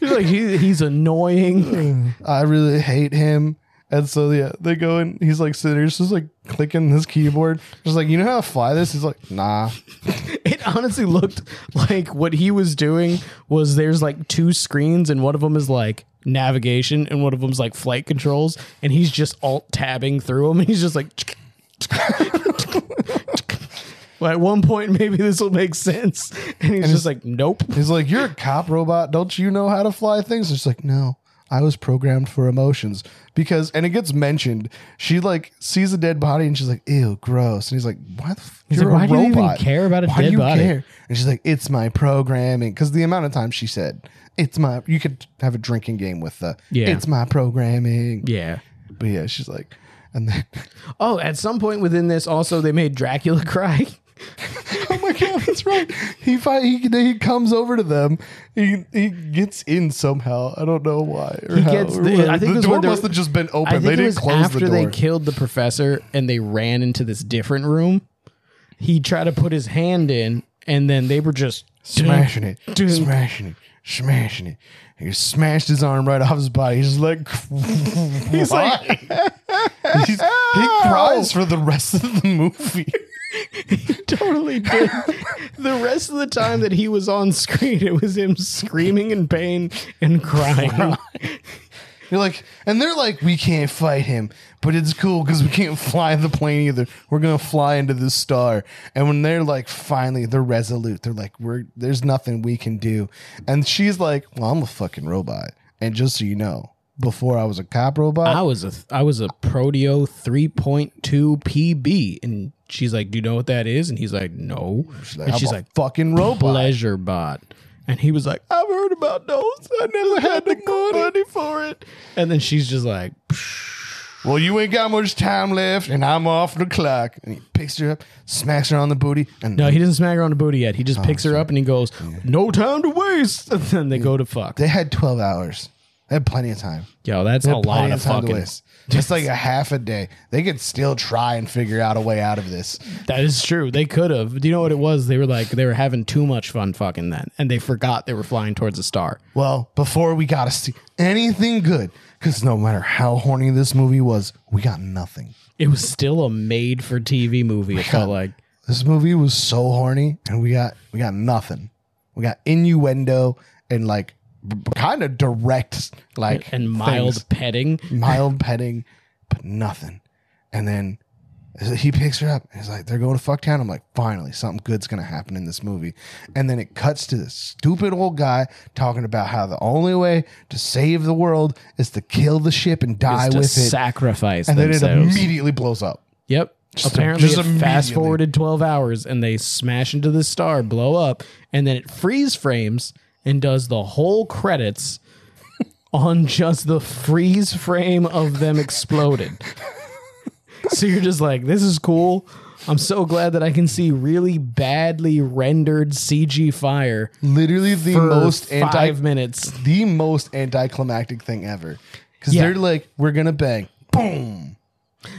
[SPEAKER 3] like, he, he's annoying.
[SPEAKER 1] I really hate him." And so yeah, they go and he's like sitting there, just like clicking his keyboard, just like you know how to fly this. He's like, nah.
[SPEAKER 3] It honestly looked like what he was doing was there's like two screens, and one of them is like navigation, and one of them's like flight controls, and he's just alt tabbing through them, and he's just like. Well, at one point, maybe this will make sense, and he's just like, "Nope."
[SPEAKER 1] He's like, "You're a cop robot. Don't you know how to fly things?" It's like, "No, I was programmed for emotions." Because, and it gets mentioned, she like sees a dead body and she's like, "Ew, gross." And he's like, "Why the? F-
[SPEAKER 3] He's
[SPEAKER 1] you're
[SPEAKER 3] like,
[SPEAKER 1] a
[SPEAKER 3] "Why do you even
[SPEAKER 1] robot.
[SPEAKER 3] care about a
[SPEAKER 1] Why do
[SPEAKER 3] dead
[SPEAKER 1] you
[SPEAKER 3] body?"
[SPEAKER 1] care?" And she's like, "It's my programming." Because the amount of times she said, "It's my," you could have a drinking game with the,
[SPEAKER 3] Yeah.
[SPEAKER 1] "It's my programming."
[SPEAKER 3] Yeah.
[SPEAKER 1] But yeah, she's like, and then,
[SPEAKER 3] Oh, at some point within this, also they made Dracula cry.
[SPEAKER 1] oh my god, that's right. He fight. He, he comes over to them. He he gets in somehow. I don't know why. Or
[SPEAKER 3] He
[SPEAKER 1] how,
[SPEAKER 3] gets
[SPEAKER 1] or
[SPEAKER 3] Uh, the-
[SPEAKER 1] whatever.
[SPEAKER 3] I think it
[SPEAKER 1] the
[SPEAKER 3] was
[SPEAKER 1] door
[SPEAKER 3] when they were-
[SPEAKER 1] must have just been
[SPEAKER 3] I
[SPEAKER 1] open.
[SPEAKER 3] think
[SPEAKER 1] They
[SPEAKER 3] it was
[SPEAKER 1] didn't close
[SPEAKER 3] after
[SPEAKER 1] the
[SPEAKER 3] they
[SPEAKER 1] door.
[SPEAKER 3] killed the professor and they ran into this different room. He tried to put his hand in, and then they were just
[SPEAKER 1] smashing it,
[SPEAKER 3] Dude.
[SPEAKER 1] smashing it, smashing it. He smashed his arm right off his body. He's like, he's like, he cries for the rest of the movie.
[SPEAKER 3] totally did. the rest of the time that he was on screen, it was him screaming in pain and crying.
[SPEAKER 1] You're like, and they're like, we can't fight him, but it's cool because we can't fly the plane either. We're gonna fly into the star. And when they're like, finally, they're resolute. They're like, we're there's nothing we can do. And she's like, well, I'm a fucking robot. And just so you know, before I was a cop robot,
[SPEAKER 3] I was a I was a Proteo 3.2 PB, and she's like, "Do you know what that is?" And he's like, "No."
[SPEAKER 1] like,
[SPEAKER 3] and
[SPEAKER 1] I'm
[SPEAKER 3] she's
[SPEAKER 1] a
[SPEAKER 3] like,
[SPEAKER 1] fucking robot.
[SPEAKER 3] pleasure bot. And he was like, I've heard about those. I never had the good money for it. And then she's just like,
[SPEAKER 1] Well, you ain't got much time left, and I'm off the clock. And he picks her up, smacks her on the booty, and
[SPEAKER 3] no, he doesn't smack her on the booty yet. He
[SPEAKER 1] Oh,
[SPEAKER 3] just picks her up and he goes, no time to waste. And then they go to fuck.
[SPEAKER 1] they had 12 hours. They had plenty of time.
[SPEAKER 3] Yo, that's a lot
[SPEAKER 1] plenty
[SPEAKER 3] of
[SPEAKER 1] of time to
[SPEAKER 3] fucking.
[SPEAKER 1] waste. Just like a half a day. They could still try and figure out a way out of this.
[SPEAKER 3] That is true. They could have. Do you know what it was? They were like, they were having too much fun fucking then. And they forgot they were flying towards a star.
[SPEAKER 1] Well, before we got to see anything good, because no matter how horny this movie was, we got nothing.
[SPEAKER 3] It was still a made for TV movie. It felt like.
[SPEAKER 1] This movie was so horny, and we got we got nothing. We got innuendo and like kind of direct, like
[SPEAKER 3] And mild
[SPEAKER 1] things.
[SPEAKER 3] petting.
[SPEAKER 1] mild petting, but nothing. And then is that he picks her up. And he's like, they're going to Fucktown. I'm like, finally, something good's going to happen in this movie. And then it cuts to this stupid old guy talking about how the only way to save the world is to kill the ship and die
[SPEAKER 3] Is to
[SPEAKER 1] with it.
[SPEAKER 3] sacrifice
[SPEAKER 1] and then it
[SPEAKER 3] themselves.
[SPEAKER 1] immediately blows up.
[SPEAKER 3] Yep. Apparently,
[SPEAKER 1] just
[SPEAKER 3] it fast
[SPEAKER 1] immediately.
[SPEAKER 3] forwarded 12 hours and they smash into the star, blow up, and then it freeze frames and does the whole credits on just the freeze frame of them exploded. so you're just like, this is cool. I'm so glad that I can see really badly rendered CG fire
[SPEAKER 1] Literally the
[SPEAKER 3] for
[SPEAKER 1] most
[SPEAKER 3] five
[SPEAKER 1] anti
[SPEAKER 3] minutes.
[SPEAKER 1] the most anticlimactic thing ever. Because
[SPEAKER 3] Yeah.
[SPEAKER 1] they're like, we're gonna bang.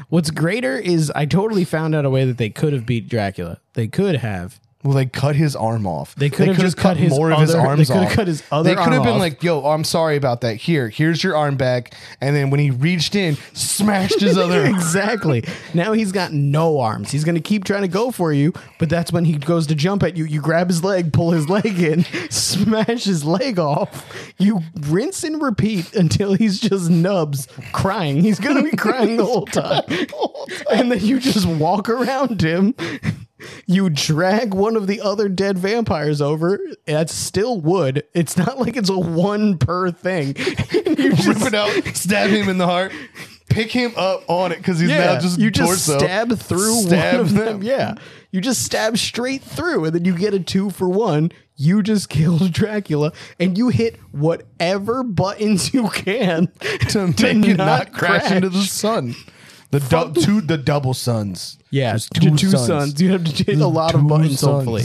[SPEAKER 3] What's greater is I totally found out a way that they could have beat Dracula. They could have.
[SPEAKER 1] Well, they cut his arm off.
[SPEAKER 3] They could have just cut his other- they could have cut his other
[SPEAKER 1] They could have
[SPEAKER 3] arm
[SPEAKER 1] been
[SPEAKER 3] off.
[SPEAKER 1] like, "Yo, I'm sorry about that. Here, here's your arm back." And then when he reached in, smashed his other.
[SPEAKER 3] exactly. Now he's got no arms. He's going to keep trying to go for you, but that's when he goes to jump at you. You grab his leg, pull his leg in, smash his leg off. You rinse and repeat until he's just nubs crying. He's going to be crying the whole time. And then you just walk around him. You drag one of the other dead vampires over. That's still wood. It's not like it's a one per thing. You
[SPEAKER 1] rip
[SPEAKER 3] just-
[SPEAKER 1] it out, stab him in the heart, pick him up on it because he's now just
[SPEAKER 3] you just
[SPEAKER 1] torso.
[SPEAKER 3] stab through
[SPEAKER 1] Stab
[SPEAKER 3] one of them.
[SPEAKER 1] them.
[SPEAKER 3] Yeah, you just stab straight through, and then you get a two for one. You just killed Dracula, and you hit whatever buttons you can
[SPEAKER 1] to make it not crash, into the sun. The dou- two the double suns.
[SPEAKER 3] Yeah,
[SPEAKER 1] There's
[SPEAKER 3] two, two sons. You have to hit a lot of
[SPEAKER 1] two
[SPEAKER 3] buttons,
[SPEAKER 1] sons.
[SPEAKER 3] hopefully,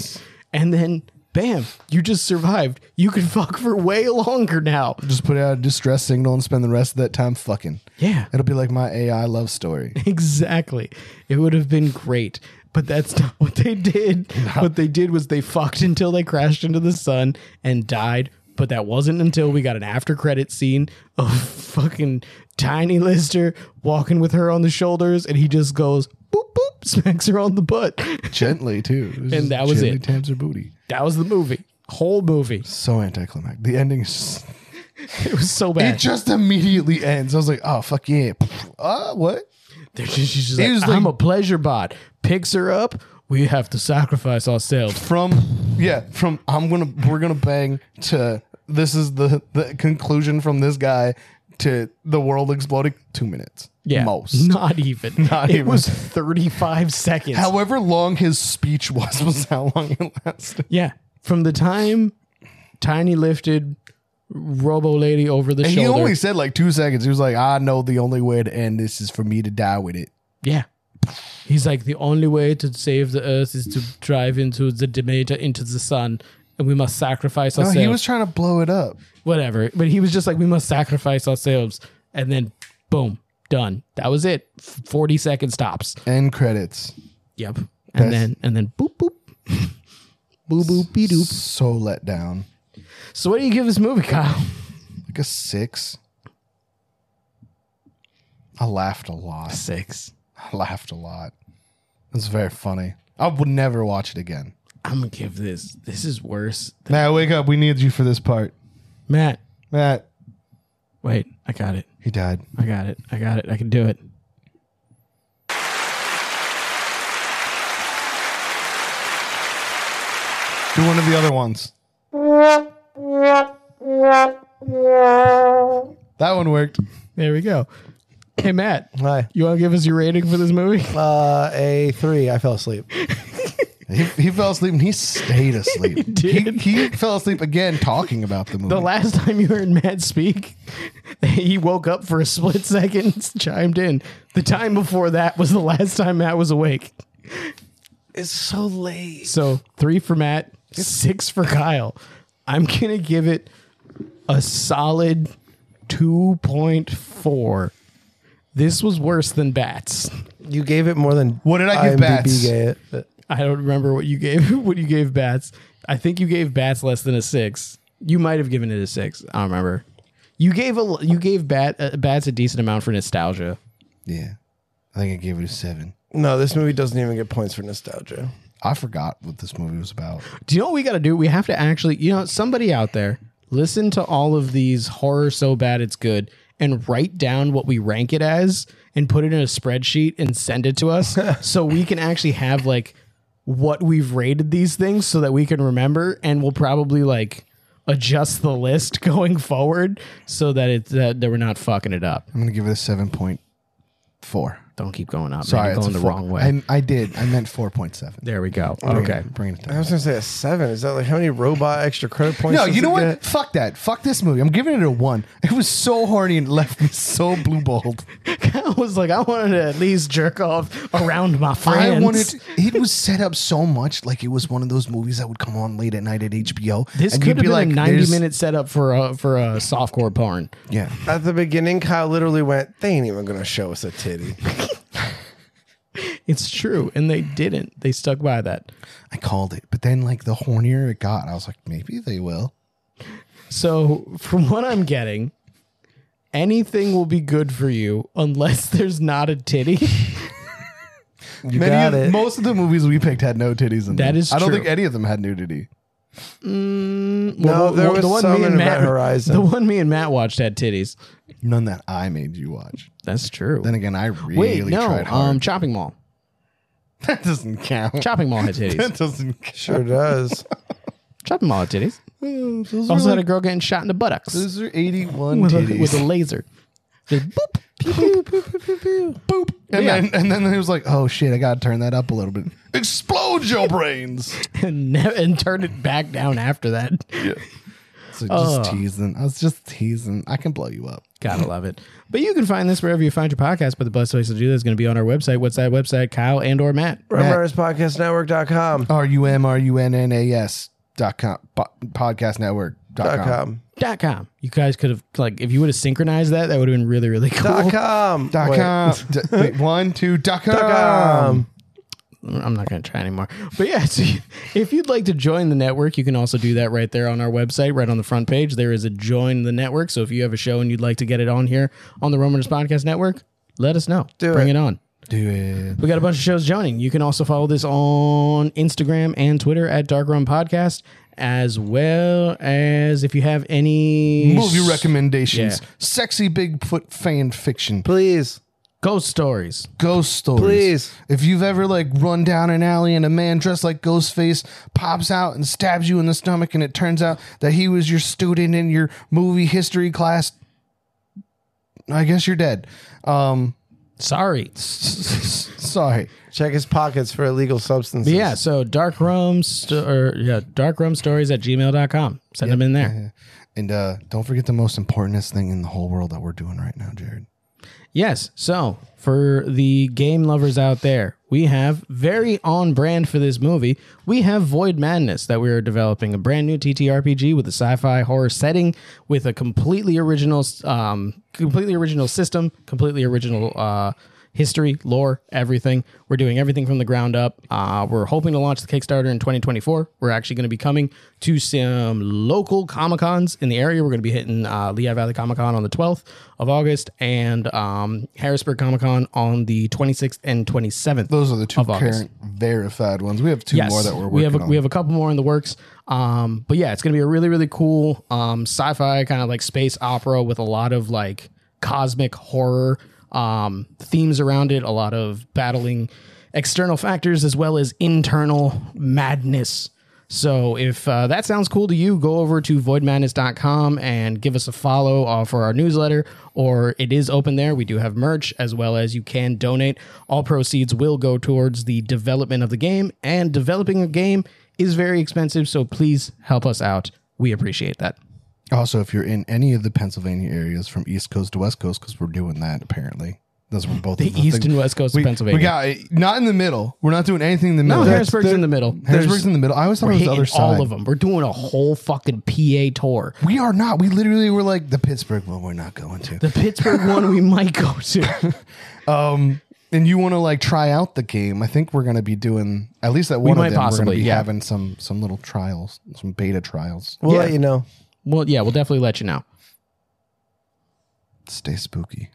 [SPEAKER 3] and then. Bam! You just survived. You can fuck for way longer now.
[SPEAKER 1] Just put out a distress signal and spend the rest of that time fucking.
[SPEAKER 3] Yeah.
[SPEAKER 1] It'll be like my AI love story.
[SPEAKER 3] Exactly. It would have been great, but that's not what they did. What they did was they fucked until they crashed into the sun and died. But that wasn't until we got an after credit scene of fucking Tiny Lister walking with her on the shoulders, and he just goes boop boop, smacks her on the butt.
[SPEAKER 1] Gently too.
[SPEAKER 3] And that was
[SPEAKER 1] gently
[SPEAKER 3] it.
[SPEAKER 1] Taps her booty.
[SPEAKER 3] That was the movie. Whole movie.
[SPEAKER 1] So anticlimactic. The ending is just-
[SPEAKER 3] It was so
[SPEAKER 1] it
[SPEAKER 3] bad.
[SPEAKER 1] just immediately ends. I was like, oh fuck yeah. Uh what?
[SPEAKER 3] They're just- she's just
[SPEAKER 1] It
[SPEAKER 3] like,
[SPEAKER 1] was
[SPEAKER 3] I'm a
[SPEAKER 1] like-
[SPEAKER 3] pleasure bot. Picks her up. We have to sacrifice ourselves.
[SPEAKER 1] From yeah, from I'm gonna we're gonna bang to this is the, the conclusion from this guy to the world exploding. Two minutes.
[SPEAKER 3] Yeah,
[SPEAKER 1] Most.
[SPEAKER 3] Not even.
[SPEAKER 1] Not
[SPEAKER 3] it
[SPEAKER 1] even.
[SPEAKER 3] was 35 seconds.
[SPEAKER 1] However long his speech was was how long it lasted.
[SPEAKER 3] Yeah. From the time Tiny lifted Robo Lady over the
[SPEAKER 1] And he
[SPEAKER 3] shoulder.
[SPEAKER 1] only said like two seconds. He was like, "I know the only way to end this is for me to die with it."
[SPEAKER 3] yeah. He's like, the only way to save the Earth is to drive into the Demeter into the sun, and we must sacrifice
[SPEAKER 1] No,
[SPEAKER 3] ourselves.
[SPEAKER 1] he was trying to blow it up.
[SPEAKER 3] Whatever. But he was just like, we must sacrifice ourselves. And then, boom, done. That was it. 40 second stops.
[SPEAKER 1] End credits.
[SPEAKER 3] Yep. And then, and then, boop, boop. boop, boop, be doop.
[SPEAKER 1] So let down.
[SPEAKER 3] So, what do you give this movie, Kyle?
[SPEAKER 1] Like a six. I laughed a lot.
[SPEAKER 3] Six.
[SPEAKER 1] I laughed a lot. It was very funny. I would never watch it again.
[SPEAKER 3] I'm gonna give this. This is worse.
[SPEAKER 1] Matt, wake up. We need you for this part.
[SPEAKER 3] Matt,
[SPEAKER 1] Matt,
[SPEAKER 3] wait. I got it.
[SPEAKER 1] he died.
[SPEAKER 3] I got it. I got it. I can do it.
[SPEAKER 1] Do one of the other ones. That one worked.
[SPEAKER 3] There we go. Hey Matt,
[SPEAKER 2] Hi.
[SPEAKER 3] you want to give us your rating for this movie?
[SPEAKER 2] Uh, a three. I fell asleep.
[SPEAKER 1] He, he fell asleep and he stayed asleep.
[SPEAKER 3] did.
[SPEAKER 1] He, he fell asleep again talking about the movie.
[SPEAKER 3] The last time you heard Matt speak, he woke up for a split second, and chimed in. The time before that was the last time Matt was awake.
[SPEAKER 2] It's so late.
[SPEAKER 3] So three for Matt, six for Kyle. I'm gonna give it a solid two point four. This was worse than bats.
[SPEAKER 2] You gave it more than
[SPEAKER 1] What did I give Bats?
[SPEAKER 2] gave it.
[SPEAKER 3] I don't remember what you gave what you gave bats. I think you gave bats less than a six. You might have given it a six. I don't remember. You gave a you gave bat uh, bats a decent amount for nostalgia.
[SPEAKER 1] yeah. I think I gave it a seven.
[SPEAKER 2] No, this movie doesn't even get points for nostalgia.
[SPEAKER 1] I forgot what this movie was about.
[SPEAKER 3] Do you know what we got to do? We have to actually, you know, somebody out there listen to all of these horror so bad it's good and write down what we rank it as and put it in a spreadsheet and send it to us so we can actually have like what we've rated these things so that we can remember and we'll probably like adjust the list going forward so that it's that, that we're not fucking it up.
[SPEAKER 1] I'm gonna give it a seven point four.
[SPEAKER 3] Don't keep going up.
[SPEAKER 1] Sorry,
[SPEAKER 3] man. You're
[SPEAKER 1] it's a
[SPEAKER 3] going the
[SPEAKER 1] four-
[SPEAKER 3] wrong way.
[SPEAKER 1] I, Oh, I did. I meant four point seven.
[SPEAKER 3] there we go. okay.
[SPEAKER 1] bringing it down.
[SPEAKER 2] I was gonna say a seven. Is that like how many robot extra credit points?
[SPEAKER 1] No,
[SPEAKER 2] does
[SPEAKER 1] you know
[SPEAKER 2] it
[SPEAKER 1] what?
[SPEAKER 2] get?
[SPEAKER 1] Fuck that. Fuck this movie. I'm giving it a one. It was so horny and left me so blue balled.
[SPEAKER 3] I was like, I wanted to at least jerk off around my friends.
[SPEAKER 1] I wanted. It was set up so much like it was one of those movies that would come on late at night at HBO.
[SPEAKER 3] This
[SPEAKER 1] and
[SPEAKER 3] could
[SPEAKER 1] you'd
[SPEAKER 3] have been a
[SPEAKER 1] there's-
[SPEAKER 3] ninety-minute setup for a for a softcore porn.
[SPEAKER 1] Yeah,
[SPEAKER 2] At the beginning, Kyle literally went, "They ain't even gonna show us a titty."
[SPEAKER 3] It's true, and they didn't. They stuck by that.
[SPEAKER 1] I called it, but then like the hornier it got, I was like, maybe they will.
[SPEAKER 3] So, from what I'm getting, anything will be good for you unless there's not a titty.
[SPEAKER 2] You
[SPEAKER 1] Many
[SPEAKER 2] got
[SPEAKER 1] of-
[SPEAKER 2] it.
[SPEAKER 1] Most of the movies we picked had no titties in them.
[SPEAKER 3] That is
[SPEAKER 1] I don't
[SPEAKER 3] true.
[SPEAKER 1] think any of them had nudity.
[SPEAKER 2] No, there was some in Event
[SPEAKER 3] Matt
[SPEAKER 2] Horizon.
[SPEAKER 3] The one me and Matt watched had titties.
[SPEAKER 1] None that I made you watch.
[SPEAKER 3] That's true.
[SPEAKER 1] Then again, I really
[SPEAKER 3] Wait, no,
[SPEAKER 1] tried hard.
[SPEAKER 3] um, Chopping Mall.
[SPEAKER 1] that doesn't count.
[SPEAKER 3] Chopping Mall had titties.
[SPEAKER 1] that doesn't count.
[SPEAKER 2] sure does.
[SPEAKER 3] Chopping Mall had titties.
[SPEAKER 1] Those
[SPEAKER 3] Also
[SPEAKER 1] were
[SPEAKER 3] had a
[SPEAKER 1] like-
[SPEAKER 3] girl getting shot in the buttocks.
[SPEAKER 1] those are 81
[SPEAKER 3] with a,
[SPEAKER 1] titties.
[SPEAKER 3] with a laser. Just boop, pew, pew, pew, pew, pew, pew.
[SPEAKER 1] boop. And,
[SPEAKER 3] Yeah.
[SPEAKER 1] then, and then he was like, oh shit, I gotta turn that up a little bit. Explode your brains.
[SPEAKER 3] and, ne- and turn it back down after that.
[SPEAKER 1] So just teasing. I was just teasing. I can blow you up.
[SPEAKER 3] Gotta love it. But you can find this wherever you find your podcast. But the best place to do that is going to be on our website. What's that website? Kyle and or Matt.
[SPEAKER 2] RumorsPodcastNetwork.com.
[SPEAKER 1] R U M R U N N A S dot com, po- podcast network dot com.
[SPEAKER 2] Dot com.
[SPEAKER 3] Dot com. You guys could have like if you would have synchronized that, that would have been really really cool.
[SPEAKER 2] Dot com.
[SPEAKER 1] Dot
[SPEAKER 2] Wait.
[SPEAKER 1] com. D- wait, one, two, dot com.
[SPEAKER 2] Dot com.
[SPEAKER 3] I'm not going to try anymore. But yeah, so you- if you'd like to join the network, you can also do that right there on our website, right on the front page. There is a join the network. So if you have a show and you'd like to get it on here on the Romanist Podcast Network, let us know.
[SPEAKER 2] Do
[SPEAKER 3] Bring
[SPEAKER 2] it.
[SPEAKER 3] it on.
[SPEAKER 1] Do it.
[SPEAKER 3] We got a bunch of shows joining. You can also follow this on Instagram and Twitter at Dark Room Podcast, as well as if you have any
[SPEAKER 1] Movie recommendations.
[SPEAKER 3] Yeah.
[SPEAKER 1] Sexy Bigfoot fan fiction.
[SPEAKER 2] Please.
[SPEAKER 3] ghost stories.
[SPEAKER 1] ghost stories.
[SPEAKER 2] Please.
[SPEAKER 1] If you've ever like run down an alley and a man dressed like Ghostface pops out and stabs you in the stomach, and it turns out that he was your student in your movie history class, I guess you're dead. Um,
[SPEAKER 3] Sorry.
[SPEAKER 1] sorry.
[SPEAKER 2] Check his pockets for illegal substances.
[SPEAKER 3] Yeah, so dark rum sto- or yeah, dark rum stories at gmail.com. Send them in there.
[SPEAKER 1] And uh, don't forget the most importantest thing in the whole world that we're doing right now, Jared.
[SPEAKER 3] Yes. So for the game lovers out there, we have very on brand for this movie. We have Void Madness that we are developing, a brand new TTRPG with a sci-fi horror setting, with a completely original, um, completely original system, completely original uh, history, lore, everything. We're doing everything from the ground up. Uh, we're hoping to launch the Kickstarter in 2024. We're actually going to be coming to some local Comic Cons in the area. We're going to be hitting uh, Lehigh Valley Comic Con on the 12th of August and um, Harrisburg Comic Con on the 26th and 27th.
[SPEAKER 1] Those are the two
[SPEAKER 3] Of August.
[SPEAKER 1] current verified ones. We have two more that we're working
[SPEAKER 3] we have a,
[SPEAKER 1] on.
[SPEAKER 3] we have a couple more in the works. Um, but yeah, it's gonna be a really really cool um, sci-fi kind of like space opera with a lot of like cosmic horror um, themes around it. A lot of battling external factors as well as internal madness. So if uh, that sounds cool to you, go over to voidmadness.com and give us a follow uh, for our newsletter, or it is open there. We do have merch as well as you can donate. All proceeds will go towards the development of the game, and developing a game is very expensive. So please help us out. We appreciate that.
[SPEAKER 1] Also, if you're in any of the Pennsylvania areas from East Coast to West Coast, because we're doing that apparently. Those were both the
[SPEAKER 3] East and West Coast
[SPEAKER 1] we,
[SPEAKER 3] of Pennsylvania.
[SPEAKER 1] We got not in the middle. We're not doing anything in the
[SPEAKER 3] no,
[SPEAKER 1] middle.
[SPEAKER 3] Harrisburg's in the middle.
[SPEAKER 1] Harrisburg's in the middle. I always thought it was the
[SPEAKER 3] Hitting
[SPEAKER 1] other
[SPEAKER 3] all
[SPEAKER 1] side.
[SPEAKER 3] of them. We're doing a whole fucking PA tour.
[SPEAKER 1] we are not. We literally were like the Pittsburgh one. We're not going to.
[SPEAKER 3] The Pittsburgh one we might go to.
[SPEAKER 1] um, and you want to like try out the game? I think we're going to be doing at least that one
[SPEAKER 3] might
[SPEAKER 1] of them. we're
[SPEAKER 3] possibly,
[SPEAKER 1] going to be
[SPEAKER 3] yeah.
[SPEAKER 1] having some some little trials, some beta trials.
[SPEAKER 2] We'll
[SPEAKER 3] Yeah.
[SPEAKER 2] let you know.
[SPEAKER 3] Well, yeah, we'll definitely let you know.
[SPEAKER 1] Stay spooky.